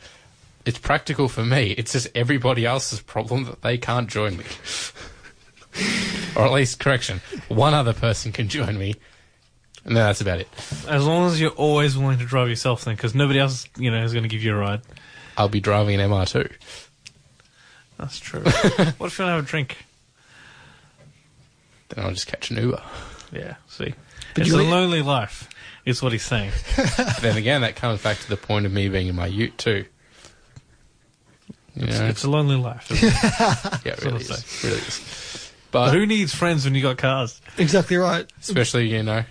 [SPEAKER 3] it's practical for me. It's just everybody else's problem that they can't join me. or at least, correction, one other person can join me. And then that's about it.
[SPEAKER 2] As long as you're always willing to drive yourself, then, because nobody else, you know, is going to give you a ride.
[SPEAKER 3] I'll be driving an MR2.
[SPEAKER 2] That's true. what if you want to have a drink?
[SPEAKER 3] Then I'll just catch an Uber.
[SPEAKER 2] Yeah. See,
[SPEAKER 1] But
[SPEAKER 2] it's
[SPEAKER 1] you-
[SPEAKER 2] a lonely life. Is what he's saying.
[SPEAKER 3] then again, that comes back to the point of me being in my ute too. You
[SPEAKER 2] It's,
[SPEAKER 3] know,
[SPEAKER 2] it's a lonely life. isn't it?
[SPEAKER 3] yeah, it
[SPEAKER 2] what
[SPEAKER 3] really
[SPEAKER 2] I was
[SPEAKER 3] is, really is. But
[SPEAKER 2] Who needs friends when you got cars?
[SPEAKER 1] Exactly right.
[SPEAKER 3] especially you know,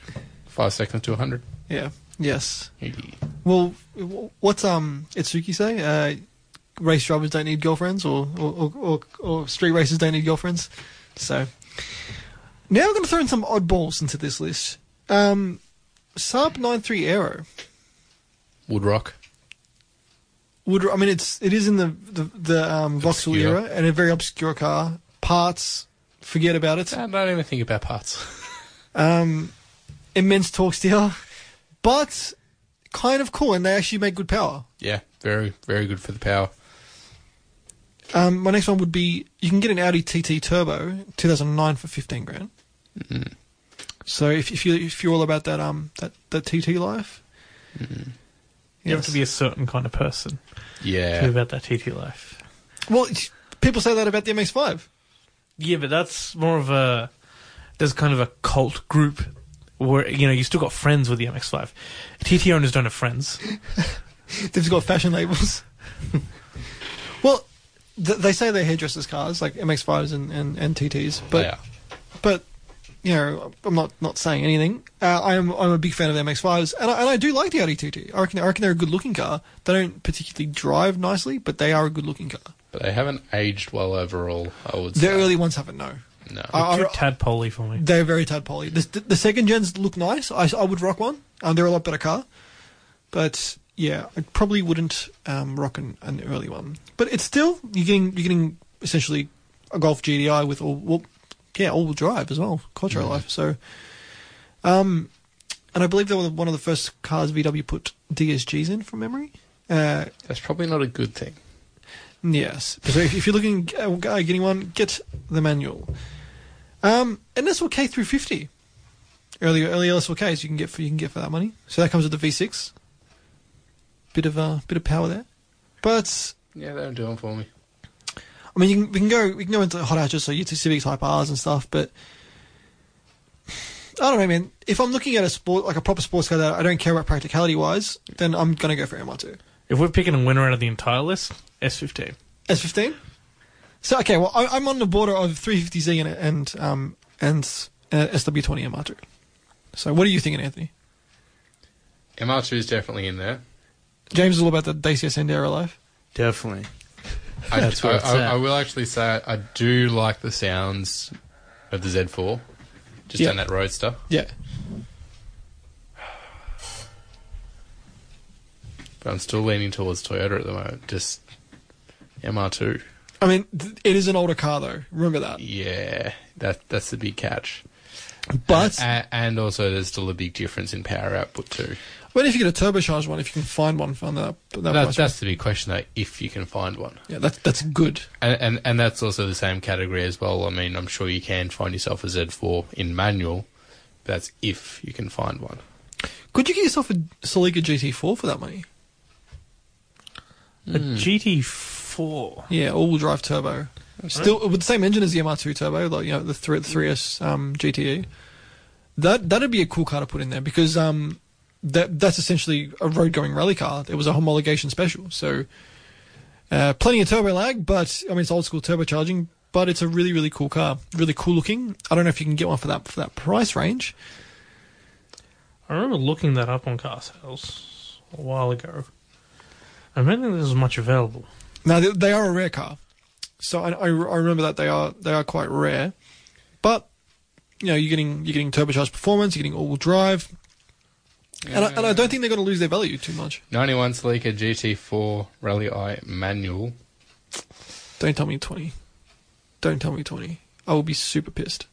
[SPEAKER 3] five seconds to hundred.
[SPEAKER 1] Yeah. Yes. Well, w- what's um Itsuki say? Uh, race drivers don't need girlfriends, or or, or, or or street racers don't need girlfriends. So now we're going to throw in some oddballs into this list. Um, Saab 93 Aero.
[SPEAKER 3] Wood rock.
[SPEAKER 1] Would I mean it's it is in the the, the um, Vauxhall
[SPEAKER 3] Obscure.
[SPEAKER 1] era and a very obscure car. Parts, forget about it.
[SPEAKER 3] I don't even think about parts.
[SPEAKER 1] Um, immense torque steer, but kind of cool, and they actually make good power.
[SPEAKER 3] yeah, very very good for the power.
[SPEAKER 1] Um, my next one would be you can get an Audi TT Turbo 2009 for 15 grand. So if, if you if you're all about that um that, that TT life,
[SPEAKER 2] You have to be a certain kind of person to be
[SPEAKER 3] Yeah,
[SPEAKER 2] about that TT life.
[SPEAKER 1] well. it's- People say that about the MX-5.
[SPEAKER 2] Yeah, but that's more of a there's kind of a cult group where you know you still got friends with the MX5. TT owners don't have friends.
[SPEAKER 1] They've just got fashion labels. well, th- they say they're hairdressers' cars, like MX Fighters and, and, and TTs, but
[SPEAKER 3] yeah.
[SPEAKER 1] but you know, I'm not not saying anything. Uh, I'm I'm a big fan of MX Fives, and I, and I do like the Audi TT. I reckon I reckon they're a good looking car. They don't particularly drive nicely, but they are a good looking car.
[SPEAKER 3] But they haven't aged well overall, I would
[SPEAKER 1] The
[SPEAKER 3] say.
[SPEAKER 1] early ones haven't. No,
[SPEAKER 3] no.
[SPEAKER 1] I-
[SPEAKER 2] Too
[SPEAKER 1] I-
[SPEAKER 2] tadpoley for me.
[SPEAKER 1] they're very tadpoley. The, the second gens look nice. I, I would rock one. Um, they're a lot better car, but yeah, I probably wouldn't um, rock an, an early one. But it's still you're getting you're getting essentially a Golf GDI with all well, yeah all wheel drive as well, Quattro life. So, um, and I believe they were one of the first cars VW put DSGs in from memory. Uh,
[SPEAKER 3] That's probably not a good thing.
[SPEAKER 1] Yes. So if, if you're looking at uh, getting one, get the manual. Um, and SLK through fifty. Early early SLKs you can get for you can get for that money. So that comes with the V6. Bit of uh, bit of power there, but
[SPEAKER 3] Yeah, they don't do them for me.
[SPEAKER 1] I mean you can, we can go we can go into hot hatches so UT Civic Type R's and stuff, but I don't know, man. If I'm looking at a sport like a proper sports car that I don't care about practicality wise, then I'm gonna go for MR2.
[SPEAKER 2] If we're picking a winner out of the entire list, S15.
[SPEAKER 1] S15. So okay, well I, I'm on the border of 350Z and and um and uh, SW20 MR2. So what are you thinking, Anthony?
[SPEAKER 3] MR2 is definitely in there.
[SPEAKER 1] James is all about the Dacia Sandero life.
[SPEAKER 4] Definitely.
[SPEAKER 3] I,
[SPEAKER 4] That's where
[SPEAKER 3] I-
[SPEAKER 4] it's
[SPEAKER 3] I-
[SPEAKER 4] at.
[SPEAKER 3] I will actually say I, I do like the sounds of the Z4, just
[SPEAKER 1] Yeah.
[SPEAKER 3] down that roadster.
[SPEAKER 1] Yeah.
[SPEAKER 3] But I'm still leaning towards Toyota at the moment. Just MR2.
[SPEAKER 1] I mean, th- it is an older car though. Remember that.
[SPEAKER 3] Yeah, that that's the big catch.
[SPEAKER 1] But
[SPEAKER 3] and, and also there's still a big difference in power output too.
[SPEAKER 1] what if you get a turbocharged one? If you can find one from that, that
[SPEAKER 3] That,
[SPEAKER 1] price range?
[SPEAKER 3] that's the big question though, if you can find one.
[SPEAKER 1] yeah, that's that's good.
[SPEAKER 3] And, and and that's also the same category as well. I mean, I'm sure you can find yourself a Z4 in manual. But that's if you can find one.
[SPEAKER 1] Could you get yourself a Celica GT4 for that money?
[SPEAKER 2] A
[SPEAKER 1] Hmm.
[SPEAKER 2] GT4.
[SPEAKER 1] Yeah, all-wheel drive turbo. Still with the same engine as the MR2 turbo, like you know the three three S um, GTE. That that'd be a cool car to put in there because um, that that's essentially a road going rally car. It was a homologation special, so uh, plenty of turbo lag, but I mean it's old school turbocharging. But it's a really really cool car, really cool looking. I don't know if you can get one for that for that price range.
[SPEAKER 2] I remember looking that up on car sales a while ago. I don't think there's much available.
[SPEAKER 1] Now they, they are a rare car, so I, I, I remember that they are they are quite rare, but you know you're getting you're getting turbocharged performance, you're getting all-wheel drive, and, I, and I don't think they're going to lose their value too much.
[SPEAKER 3] 91 Celica GT4 Rally I manual.
[SPEAKER 1] Don't tell me twenty, don't tell me twenty. I will be super pissed.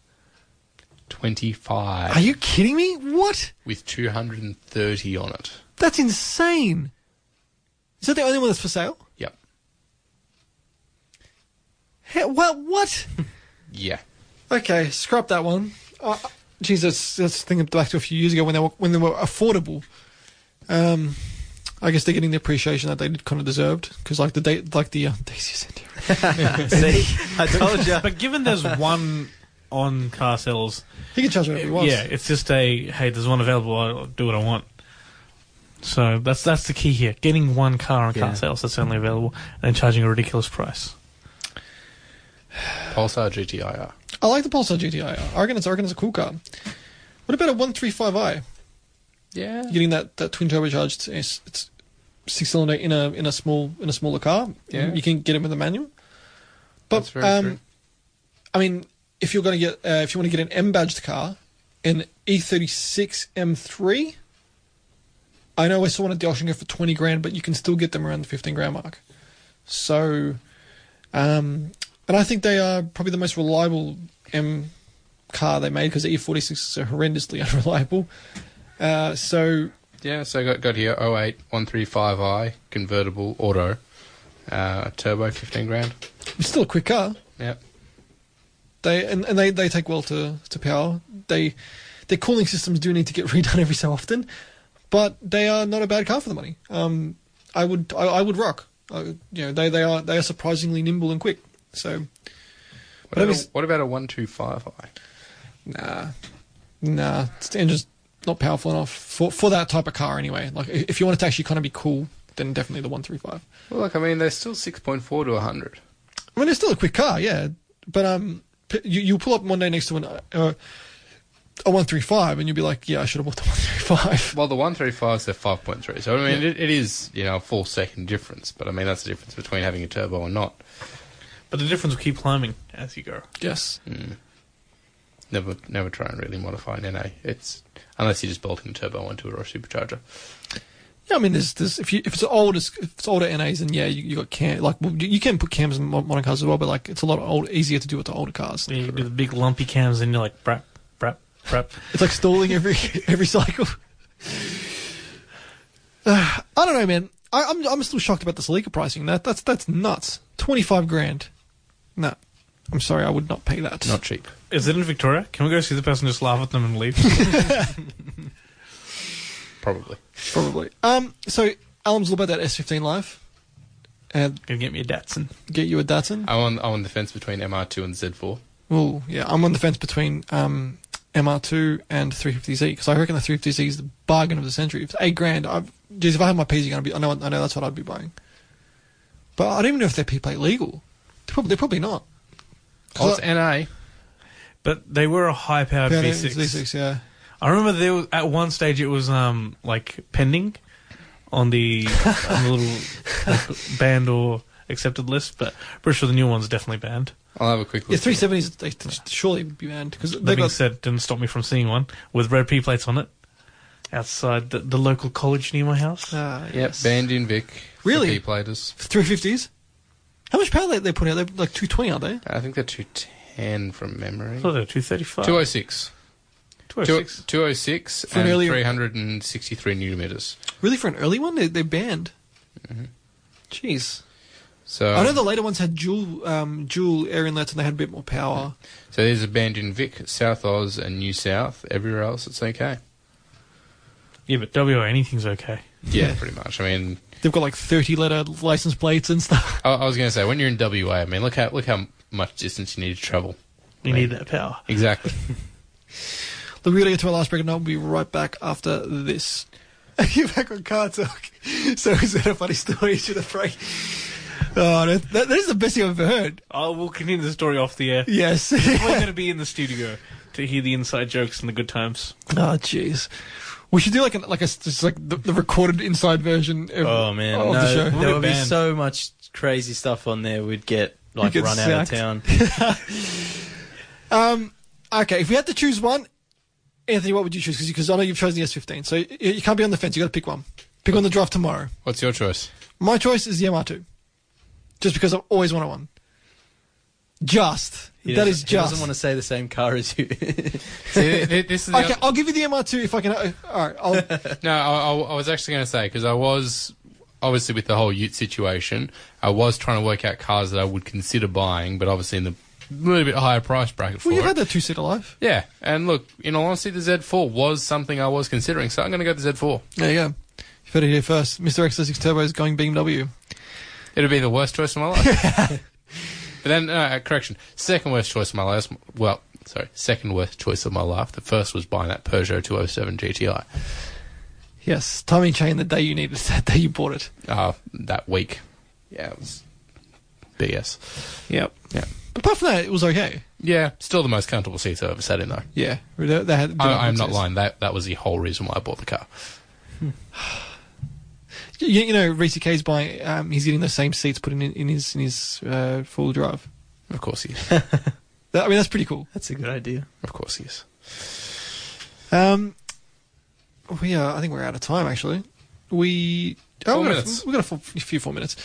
[SPEAKER 3] 25
[SPEAKER 1] Are you kidding me? What?
[SPEAKER 3] with 230 on it.
[SPEAKER 1] That's insane. Is that the only one that's for sale?
[SPEAKER 3] Yep.
[SPEAKER 1] He- well, what?
[SPEAKER 3] Yeah.
[SPEAKER 1] Okay, scrap that one. Uh, Jesus, that's thinking back to a few years ago when they were when they were affordable. Um, I guess they're getting the appreciation that they kind of deserved because like the da- like the uh, Daisy Center.
[SPEAKER 4] See, I told you.
[SPEAKER 2] But given there's one on car sales,
[SPEAKER 1] He can charge whatever he wants.
[SPEAKER 2] yeah, it's just a hey, there's one available. I'll do what I want. So that's that's the key here: getting one car on
[SPEAKER 4] Yeah.
[SPEAKER 2] car sales that's only available, and then charging a ridiculous price.
[SPEAKER 3] Pulsar GTIR.
[SPEAKER 1] I like the Pulsar GTI. I reckon it's I reckon it's a cool car. What about a one three five i?
[SPEAKER 3] Yeah.
[SPEAKER 1] Getting that, that twin turbocharged it's, it's six cylinder in a in a small in a smaller car.
[SPEAKER 3] Yeah.
[SPEAKER 1] you can get it with a manual. But
[SPEAKER 3] That's very
[SPEAKER 1] um,
[SPEAKER 3] true.
[SPEAKER 1] I mean, if you're going to get, uh, if you want to get an M badged car, an E E36 M3. I know I saw one at the auction go for twenty grand, but you can still get them around the fifteen grand mark. So, um, and I think they are probably the most reliable M car they made E because the E46s are horrendously unreliable. Uh, so
[SPEAKER 3] Yeah, so I got, got here 08 135i convertible auto. Uh, turbo 15 grand.
[SPEAKER 1] it's still a quick car.
[SPEAKER 3] Yep.
[SPEAKER 1] They and, and they, they take well to, to power. They their cooling systems do need to get redone every so often, but they are not a bad car for the money. Um, I would I, I would rock. I, would- you know they, they are they are surprisingly nimble and quick. So
[SPEAKER 3] What,
[SPEAKER 1] But I
[SPEAKER 3] about,
[SPEAKER 1] was-
[SPEAKER 3] a- what about a 125i?
[SPEAKER 1] nah, nah, it's- the engine's not powerful enough for for that type of car anyway. Like i- if you want it to actually kind of be cool, then definitely the one three five.
[SPEAKER 3] Well, look, I mean, they're still 6.4 to 100.
[SPEAKER 1] I mean, it's still a quick car, yeah. But um, p- you you pull up one day next to an uh, a one three five, and you'll be like, yeah, I should have bought the one three five.
[SPEAKER 3] Well, the 135 is the 5.3. So, I mean, it, it is, you know, a full second difference. But, I mean, that's the difference between having a turbo and not.
[SPEAKER 2] But the difference will keep climbing as you go.
[SPEAKER 1] Yes.
[SPEAKER 3] Never never try and really modify an NA. It's Unless you're just bolting a turbo onto a Rush supercharger.
[SPEAKER 1] Yeah, I mean, there's, there's if you if it's older if it's older NAs, then yeah, you, you got cam like well, you, you can put cams in mo- modern cars as well, but like it's a lot old, easier to do with the older cars.
[SPEAKER 2] Yeah, you do the big lumpy cams and you're like, brap, brap, brap.
[SPEAKER 1] It's like stalling every every cycle. Uh, I don't know, man. I, I'm I'm still shocked about the Celica pricing. That that's that's nuts. Twenty five grand. No, I'm sorry, I would not pay that.
[SPEAKER 3] Not cheap.
[SPEAKER 2] Is it in Victoria? Can we go see the person just laugh at them and leave?
[SPEAKER 3] Probably.
[SPEAKER 1] Probably. Um. So Alan's all about that S15 life. And
[SPEAKER 2] Gonna get me a Datsun.
[SPEAKER 1] get you a Datsun.
[SPEAKER 3] I'm on, I'm on the fence between MR2 and Z4.
[SPEAKER 1] Well, yeah, I'm on the fence between um, MR2 and 350Z because I reckon the 350Z is the bargain of the century. If it's eight grand, I've, geez, if I had my P's, going to be. I know, I know that's what I'd be buying. But I don't even know if they're P plate legal. They're probably, they're probably not.
[SPEAKER 3] Oh, it's NA.
[SPEAKER 2] But they were a high powered
[SPEAKER 1] Yeah,
[SPEAKER 2] V6.
[SPEAKER 1] it's V6, yeah.
[SPEAKER 2] I remember there was, at one stage it was um like pending on the, on the little banned or accepted list, but I'm pretty sure the new one's definitely banned.
[SPEAKER 3] I'll have a quick
[SPEAKER 1] Yeah,
[SPEAKER 3] look.
[SPEAKER 1] 370s, they should surely be banned because
[SPEAKER 2] That
[SPEAKER 1] they've
[SPEAKER 2] being
[SPEAKER 1] got.
[SPEAKER 2] said, didn't stop me from seeing one with red P plates on it outside the, the local college near my house.
[SPEAKER 1] Uh,
[SPEAKER 3] Yep, banned in Vic. for
[SPEAKER 1] Really?
[SPEAKER 3] P-platers.
[SPEAKER 1] 350s? How much power they, they put out? They're like 220, aren't they?
[SPEAKER 3] I think they're 210 from memory.
[SPEAKER 2] I thought they were 235.
[SPEAKER 3] 206. oh-
[SPEAKER 2] 206.
[SPEAKER 3] 206
[SPEAKER 1] an
[SPEAKER 3] and
[SPEAKER 1] earlier-
[SPEAKER 3] 363 newtometers.
[SPEAKER 1] Really, for an early one, they, they're banned. Jeez.
[SPEAKER 3] So
[SPEAKER 1] I know the later ones had dual um, dual air inlets and they had a bit more power.
[SPEAKER 3] So there's a band in Vic, South Oz, and New South. Everywhere else, it's okay.
[SPEAKER 2] Yeah, but WA anything's okay.
[SPEAKER 3] Yeah, pretty much. I mean,
[SPEAKER 1] They've got like thirty letter license plates and stuff.
[SPEAKER 3] I, I was going to say when you're in WA, I mean, look how look how much distance you need to travel.
[SPEAKER 2] You need that power.
[SPEAKER 3] Exactly.
[SPEAKER 1] Look, we're gonna get to our last break, and I'll be right back after this. You're back on Car Talk. So is that a funny story to the break? Oh, that, that, that is the best thing I've ever heard. Oh,
[SPEAKER 2] Oh, we'll continue the story off the air.
[SPEAKER 1] Yes.
[SPEAKER 2] We're going to be in the studio to hear the inside jokes and the good times.
[SPEAKER 1] Oh, jeez. We should do like an, like a just like the, the recorded inside version. Of,
[SPEAKER 4] Oh man,
[SPEAKER 1] of
[SPEAKER 4] no,
[SPEAKER 1] the show.
[SPEAKER 4] there
[SPEAKER 2] We'll
[SPEAKER 4] would
[SPEAKER 2] get
[SPEAKER 4] be
[SPEAKER 2] banned.
[SPEAKER 4] so much crazy stuff on there. We'd get like
[SPEAKER 1] get
[SPEAKER 4] run out of
[SPEAKER 1] sacked.
[SPEAKER 4] town.
[SPEAKER 1] Okay, if we had to choose one, Anthony, what would you choose? Because I know you've chosen the S15, so you, you can't be on the fence. You got to pick one. Pick on the drive tomorrow.
[SPEAKER 3] What's your choice?
[SPEAKER 1] My choice is the MR2, just because I've always wanted one. Just
[SPEAKER 4] He
[SPEAKER 1] that
[SPEAKER 4] doesn't-
[SPEAKER 1] is
[SPEAKER 4] He
[SPEAKER 1] just.
[SPEAKER 4] doesn't want to say the same car as you.
[SPEAKER 3] See, th- th- this is the
[SPEAKER 1] Okay,
[SPEAKER 3] other-
[SPEAKER 1] I'll give you the MR2 if I can. Uh, all right, I'll,
[SPEAKER 3] no. I, I- I was actually going to say because I was obviously with the whole Ute situation, I was trying to work out cars that I would consider buying, but obviously in the little bit higher price bracket for
[SPEAKER 1] well, you've
[SPEAKER 3] it.
[SPEAKER 1] had that two seater life.
[SPEAKER 3] yeah, and look, in all honesty, the Z4 was something I was considering, so I'm going to go the Z4.
[SPEAKER 1] There you go. You've heard it here first. Mr. X36 Turbo is going BMW.
[SPEAKER 3] It'd be the worst choice of my life. but then, no, uh, correction, second worst choice of my life. Well, sorry, second worst choice of my life. The first was buying that Peugeot 207 GTI.
[SPEAKER 1] Yes, timing chain the day you needed it, that day you bought it.
[SPEAKER 3] Uh, that week. Yeah, it was BS.
[SPEAKER 1] Yep.
[SPEAKER 3] Yeah.
[SPEAKER 1] But apart from that, it was okay.
[SPEAKER 3] Yeah, still the most comfortable seats I've ever sat in, though.
[SPEAKER 1] Yeah. They- they had-
[SPEAKER 3] I, I'm not lying. That that was the whole reason why I bought the car.
[SPEAKER 1] You, you know, Reese K's buying. Um, he's getting the same seats put in in his in his uh, full drive.
[SPEAKER 3] Of course he is.
[SPEAKER 1] That, I mean, that's pretty cool.
[SPEAKER 4] That's a good idea.
[SPEAKER 3] of course he is.
[SPEAKER 1] Um, we are. I think we're out of time. Actually, we oh,
[SPEAKER 3] Four
[SPEAKER 1] we've got a-
[SPEAKER 3] minutes.
[SPEAKER 1] We've got a, full, a few four minutes.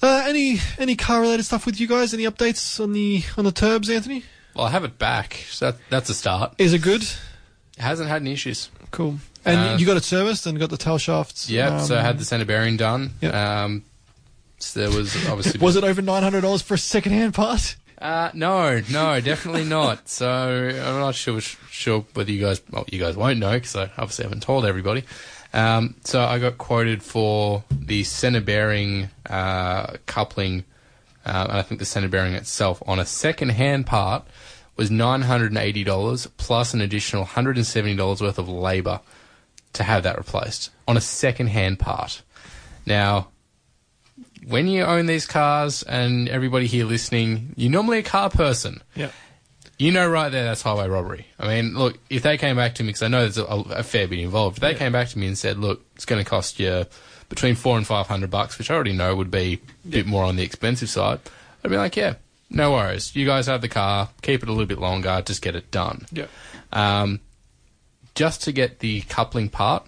[SPEAKER 1] Uh, any any car related stuff with you guys? Any updates on the on the turbs, Anthony?
[SPEAKER 3] Well, I have it back. So that, that's a start.
[SPEAKER 1] Is it good?
[SPEAKER 3] It hasn't had any issues.
[SPEAKER 1] Cool. And
[SPEAKER 3] Uh,
[SPEAKER 1] you got it serviced and got the tail shafts.
[SPEAKER 3] Yeah, so I
[SPEAKER 1] um,
[SPEAKER 3] had the center bearing done.
[SPEAKER 1] Yep.
[SPEAKER 3] Um, so there was obviously
[SPEAKER 1] Was it over nine hundred dollars for a second hand part?
[SPEAKER 3] Uh, no, no, definitely not. So I'm not sure sure whether you guys well, you guys won't know because I obviously haven't told everybody. Um, so I got quoted for the center bearing uh, coupling, uh, and I think the center bearing itself on a second hand part was nine hundred and eighty dollars plus an additional hundred and seventy dollars worth of labor to have that replaced on a second hand part. Now when you own these cars and everybody here listening, you're normally a car person.
[SPEAKER 2] Yeah.
[SPEAKER 3] You know right there that's highway robbery. I mean, look, if they came back to me, because I know there's a, a fair bit involved, if they came back to me and said, look, it's going to cost you between four and 500 bucks, which I already know would be a bit more on the expensive side, I'd be like, yeah, no worries. You guys have the car, keep it a little bit longer, just get it done.
[SPEAKER 2] Yeah.
[SPEAKER 3] Um, just to get the coupling part,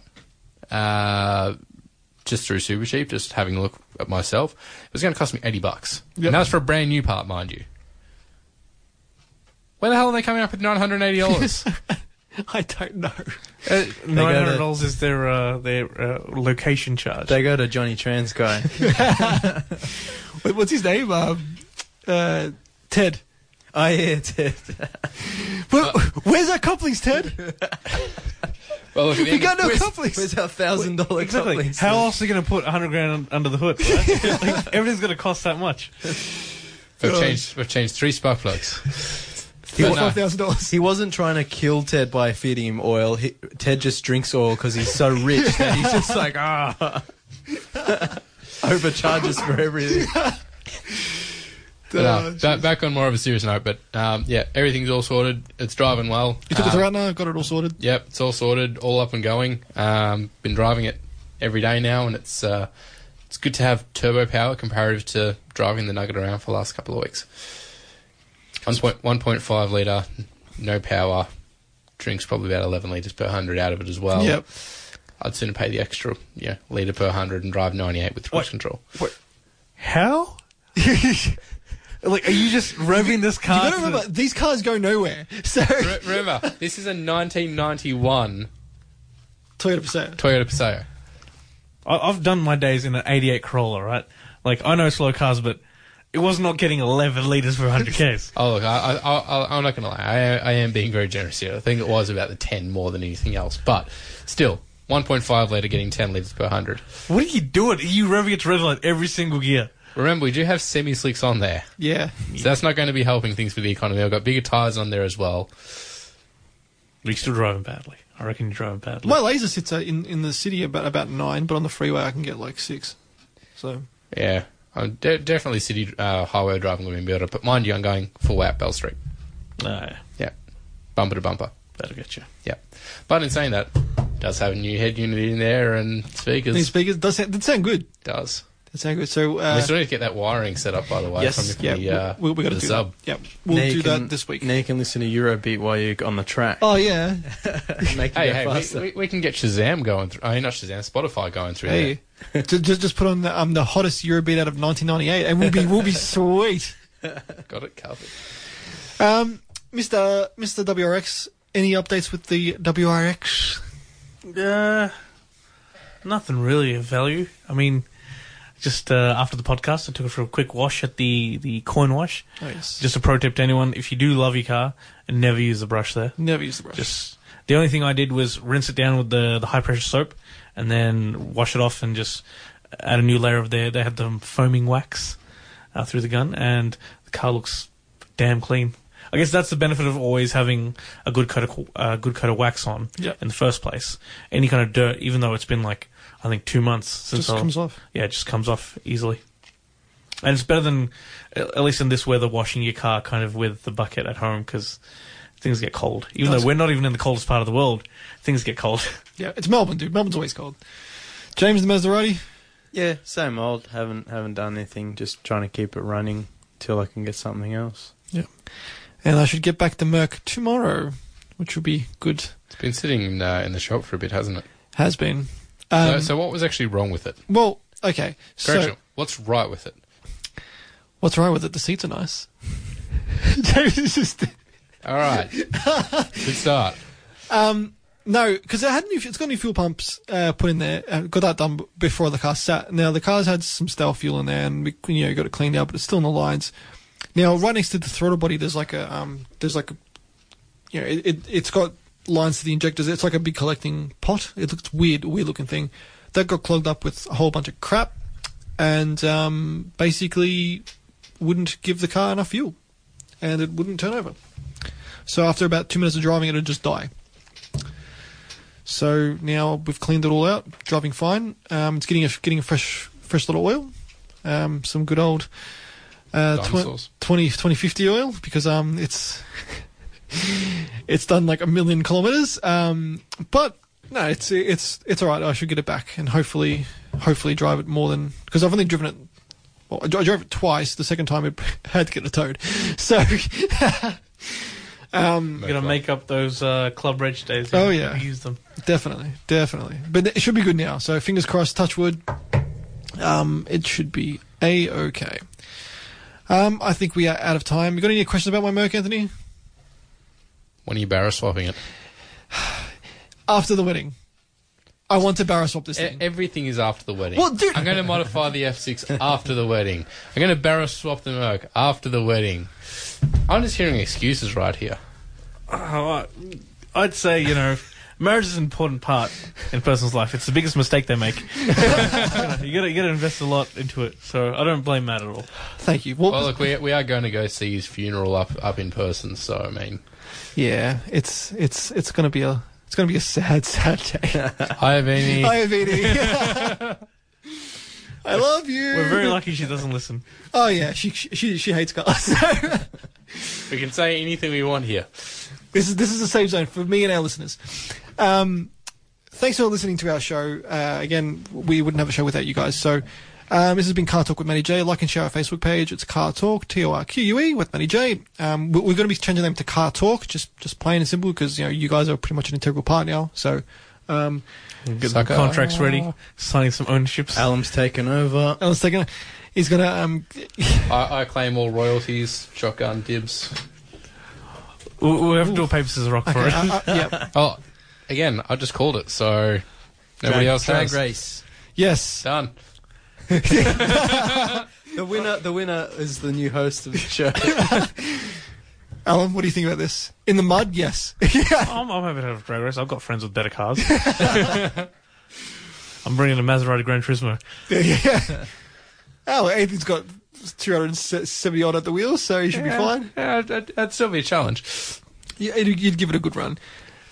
[SPEAKER 3] uh, just through Super Cheap, just having a look at myself, it was going to cost me 80 bucks.
[SPEAKER 1] Yep.
[SPEAKER 3] And that's for a brand new part, mind you. Where the hell are they coming up with $980?
[SPEAKER 1] I don't know.
[SPEAKER 2] Uh, Nine hundred dollars is their uh, their uh, location charge.
[SPEAKER 4] They go to Johnny Tran's guy.
[SPEAKER 1] Wait, what's his name? Um, uh, Ted.
[SPEAKER 4] oh yeah, Ted.
[SPEAKER 3] Uh,
[SPEAKER 1] Well, where's our couplings, Ted?
[SPEAKER 3] well, look, at the
[SPEAKER 1] We
[SPEAKER 3] end
[SPEAKER 1] got
[SPEAKER 3] of-
[SPEAKER 1] no
[SPEAKER 3] where's-
[SPEAKER 1] couplings.
[SPEAKER 4] Where's our thousand dollar
[SPEAKER 2] exactly.
[SPEAKER 4] couplings?
[SPEAKER 2] How else are you going to put hundred grand un- under the hood? Right? like, everything's going to cost that much.
[SPEAKER 3] We've changed, we've changed three spark plugs.
[SPEAKER 1] He
[SPEAKER 3] But
[SPEAKER 1] wants
[SPEAKER 3] no.
[SPEAKER 1] five thousand dollars.
[SPEAKER 5] He wasn't trying to kill Ted by feeding him oil. He, Ted just drinks oil because he's so rich that he's just like, ah. Overcharges for everything.
[SPEAKER 3] But, uh, back, back on more of a serious note, but um, yeah, everything's all sorted. It's driving well.
[SPEAKER 1] You took it to
[SPEAKER 3] Um,
[SPEAKER 1] Ratna, got it all sorted.
[SPEAKER 3] Yep, it's all sorted, all up and going. Um, been driving it every day now, and it's uh, it's good to have turbo power comparative to driving the Nugget around for the last couple of weeks. One point one point five liter, no power. Drinks probably about eleven liters per hundred out of it as well.
[SPEAKER 1] Yep.
[SPEAKER 3] I'd sooner pay the extra yeah liter per hundred and drive ninety eight with cruise
[SPEAKER 2] What?
[SPEAKER 3] control.
[SPEAKER 2] How? like, are you just revving this
[SPEAKER 1] You
[SPEAKER 2] car?
[SPEAKER 1] gotta
[SPEAKER 2] to the-
[SPEAKER 1] remember, these cars go nowhere. So
[SPEAKER 3] Re- remember, this is a nineteen ninety one
[SPEAKER 1] Toyota Paseo.
[SPEAKER 3] Toyota Paseo.
[SPEAKER 2] I- I've done my days in an 88 Corolla, right? Like, I know slow cars, but it was not getting 11 liters for 100 Ks.
[SPEAKER 3] Oh look, I, I, I, I'm not going to lie. I, I am being very generous here. I think it was about the 10 more than anything else, but still, 1.5 liter getting 10 liters per hundred.
[SPEAKER 2] What are you doing? Are you revving it to red light every single gear?
[SPEAKER 3] Remember, we do have semi slicks on there,
[SPEAKER 1] Yeah.
[SPEAKER 3] so that's not going to be helping things for the economy. I've got bigger tires on there as well.
[SPEAKER 2] But you're still driving badly. I reckon you're driving badly.
[SPEAKER 1] My laser sits at- in, in the city about about nine, but on the freeway I can get like six. So
[SPEAKER 3] Yeah, I'm de- definitely city uh, highway driving would be better, but mind you, I'm going full out Bell Street.
[SPEAKER 2] No,
[SPEAKER 3] Yeah, bumper to bumper.
[SPEAKER 2] that'll get you.
[SPEAKER 3] Yeah, but in saying that, does have a new head unit in there and speakers.
[SPEAKER 1] these speakers does sound, that sound good.
[SPEAKER 3] does.
[SPEAKER 1] That sound good. So
[SPEAKER 3] we
[SPEAKER 1] uh,
[SPEAKER 3] still need to get that wiring set up, by the way.
[SPEAKER 4] Yes,
[SPEAKER 3] from
[SPEAKER 1] yeah,
[SPEAKER 3] the, uh,
[SPEAKER 1] we, we got to
[SPEAKER 3] the
[SPEAKER 1] do
[SPEAKER 3] sub.
[SPEAKER 1] that. Yeah, we'll
[SPEAKER 4] Now you
[SPEAKER 1] do
[SPEAKER 4] can-
[SPEAKER 1] that this week.
[SPEAKER 4] Now you can listen to Eurobeat while you're on the track.
[SPEAKER 1] Oh yeah,
[SPEAKER 4] Make it
[SPEAKER 3] Hey,
[SPEAKER 4] go
[SPEAKER 3] hey,
[SPEAKER 4] faster.
[SPEAKER 3] we, we, we can get Shazam going through. I mean, not Shazam, Spotify going through there.
[SPEAKER 1] hey, just, just just put on the um the hottest Eurobeat out of 1998, and we'll be we'll be sweet.
[SPEAKER 3] Got it covered.
[SPEAKER 1] Um, Mister Mister WRX, any updates with the WRX?
[SPEAKER 2] Uh, nothing really of value. I mean, just uh, after the podcast, I took it for a quick wash at the, the coin wash.
[SPEAKER 1] Oh, yes.
[SPEAKER 2] Just a pro tip to anyone if you do love your car, never use the brush there.
[SPEAKER 1] never use the brush.
[SPEAKER 2] Just the only thing I did was rinse it down with the the high pressure soap, and then wash it off and just add a new layer of there. They had the foaming wax uh, through the gun, and the car looks damn clean. I guess that's the benefit of always having a good coat of uh, good coat of wax on
[SPEAKER 1] Yeah.
[SPEAKER 2] in the first place. Any kind of dirt, even though it's been like I think two months since
[SPEAKER 1] Just
[SPEAKER 2] I-
[SPEAKER 1] comes off.
[SPEAKER 2] Yeah, it just comes off easily. And it's better than, at at least in this weather, washing your car kind of with the bucket at home because things get cold. Even
[SPEAKER 1] Does.
[SPEAKER 2] though we're not even in the coldest part of the world, things get cold.
[SPEAKER 1] Yeah, it's Melbourne, dude. Melbourne's always cold. James the Maserati.
[SPEAKER 4] Yeah, same old. Haven't haven't done anything. Just trying to keep it running till I can get something else.
[SPEAKER 1] And I should get back the Merc tomorrow, which will be good.
[SPEAKER 3] It's been sitting in, uh, in the shop for a bit, hasn't it?
[SPEAKER 1] Has been.
[SPEAKER 3] So,
[SPEAKER 1] Um,
[SPEAKER 3] so what was actually wrong with it?
[SPEAKER 1] well, okay.
[SPEAKER 3] Correction.
[SPEAKER 1] So,
[SPEAKER 3] what's right with it?
[SPEAKER 1] what's wrong with it? The seats are nice. James is just.
[SPEAKER 3] All right. Good start.
[SPEAKER 1] Um, no, because it had new. It's got new fuel pumps uh, put in there. Uh, got that done b- before the car sat. Now the car's had some stale fuel in there, and we, you know got it cleaned out, but it's still in the lines. Now right next to the throttle body, there's like a um, there's like a, you know, it, it it's got lines to the injectors. It's like a big collecting pot. It looks weird, weird looking thing. That got clogged up with a whole bunch of crap, and um, basically wouldn't give the car enough fuel, and it wouldn't turn over. So after about two minutes of driving, it'd just die. So now we've cleaned it all out, driving fine. Um, it's getting a getting a fresh fresh little oil, um, some good old uh, tw-
[SPEAKER 3] Dinosaurs.
[SPEAKER 1] 20, 2050 oil because um, it's it's done like a million kilometers. Um, but no, it's it's it's all right. I should get it back and hopefully hopefully drive it more than because I've only driven it. Well, I dri- I drove it twice. The second time, it had to get a toad. So, um,
[SPEAKER 2] You're gonna make up those uh, club reg days.
[SPEAKER 1] Oh, yeah.
[SPEAKER 2] use them.
[SPEAKER 1] Definitely, definitely. But it should be good now. So fingers crossed, touch wood. Um, it should be a okay. Um, I think we are out of time. You got any questions about my Merc, Anthony?
[SPEAKER 3] When are you barra swapping it?
[SPEAKER 1] After the wedding, I want to barra swap this
[SPEAKER 2] Eh,
[SPEAKER 3] E-
[SPEAKER 1] thing.
[SPEAKER 3] everything is after the wedding.
[SPEAKER 1] Well, dude-
[SPEAKER 3] I'm going to modify the F6 after the wedding. I'm going to barra swap the Merc after the wedding. I'm just hearing excuses right here.
[SPEAKER 2] Oh, I- I'd say you know, marriage is an important part in a person's life. It's the biggest mistake they make. you gotta you gotta invest a lot into it. So I don't blame Matt at all.
[SPEAKER 1] Thank you. Well,
[SPEAKER 3] Well, look, we, we are going to go see his funeral up up in person. So I mean,
[SPEAKER 1] yeah, it's it's it's gonna be a it's gonna be a sad sad day.
[SPEAKER 3] hi, Vinny.
[SPEAKER 1] Hi, Avini. I love you.
[SPEAKER 2] We're very lucky she doesn't listen.
[SPEAKER 1] Oh yeah, she she she- she hates cars.
[SPEAKER 3] We can say anything we want here.
[SPEAKER 1] This is this is a safe zone for me and our listeners. Um, thanks for listening to our show. Uh, again, we wouldn't have a show without you guys. So um, this has been Car Talk with Manny J. Like and share our Facebook page. It's Car Talk T O R Q U E with Manny J. Um, we- we're going to be changing the name to Car Talk, just just plain and simple, because you know you guys are pretty much an integral part now. So um,
[SPEAKER 2] Get the
[SPEAKER 3] Sucker.
[SPEAKER 2] contracts ready, signing some ownerships.
[SPEAKER 4] Alum's taken over.
[SPEAKER 1] I was thinking he's gonna um,
[SPEAKER 3] I, I claim all royalties, shotgun dibs.
[SPEAKER 2] We, we have to do a paper scissors rock for it.
[SPEAKER 1] uh, yeah
[SPEAKER 3] Oh, again, I just called it, so nobody else has.
[SPEAKER 5] race.
[SPEAKER 1] yes
[SPEAKER 3] Done.
[SPEAKER 5] The winner, the winner is the new host of the show.
[SPEAKER 1] Alan. What do you think about this? In the mud, yes.
[SPEAKER 2] I'm, I'm happy to have a drag race. I've got friends with better cars. I'm bringing a Maserati Gran Turismo.
[SPEAKER 1] yeah. Oh, well, Ethan's got 270 odd at the wheel, so he should be fine.
[SPEAKER 3] Yeah, that- that'd still be a challenge.
[SPEAKER 1] Yeah, you'd, you'd give it a good run.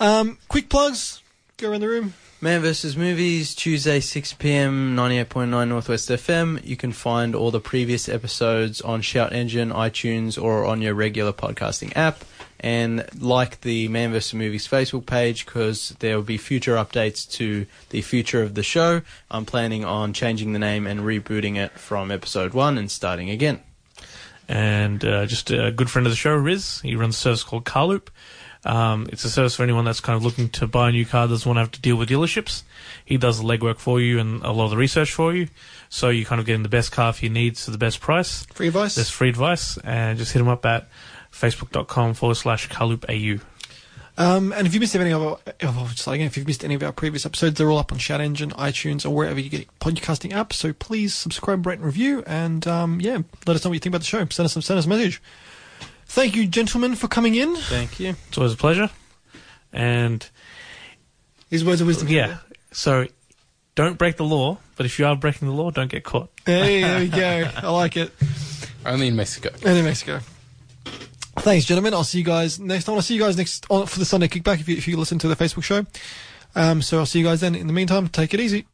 [SPEAKER 1] Um, quick plugs. Go around the room.
[SPEAKER 4] Man vs. Movies, Tuesday, 6 p.m., 98.9 Northwest FM. You can find all the previous episodes on Shout Engine, iTunes, or on your regular podcasting app. And like the Man vs. Movies Facebook page, because there will be future updates to the future of the show. I'm planning on changing the name and rebooting it from episode one and starting again.
[SPEAKER 2] and uh, just a good friend of the show, Riz. He runs a service called Carloop. Um, it's a service for anyone that's kind of looking to buy a new car, doesn't want to have to deal with dealerships. He does the legwork for you and a lot of the research for you, so you're kind of getting the best car for your needs for the best price.
[SPEAKER 1] Free advice.
[SPEAKER 2] There's free advice, and just hit him up at facebook.com forward slash carloopau.
[SPEAKER 1] Um, and if you missed any of our, oh, just like again, if you've missed any of our previous episodes, they're all up on Shout Engine, iTunes, or wherever you get podcasting apps. So please subscribe, rate, and review. And um, yeah, let us know what you think about the show. Send us some, send us a message. Thank you, gentlemen, for coming in.
[SPEAKER 4] Thank you.
[SPEAKER 2] It's always a pleasure. And
[SPEAKER 1] These words of wisdom.
[SPEAKER 2] yeah, so don't break the law, but if you are breaking the law, don't get caught.
[SPEAKER 1] Hey, there we go. I like it.
[SPEAKER 3] Only in Mexico.
[SPEAKER 1] And in Mexico. Thanks, gentlemen. I'll see you guys next time. I'll see you guys next on, for the Sunday kickback if you, if you listen to the Facebook show. Um, so I'll see you guys then. In the meantime, take it easy.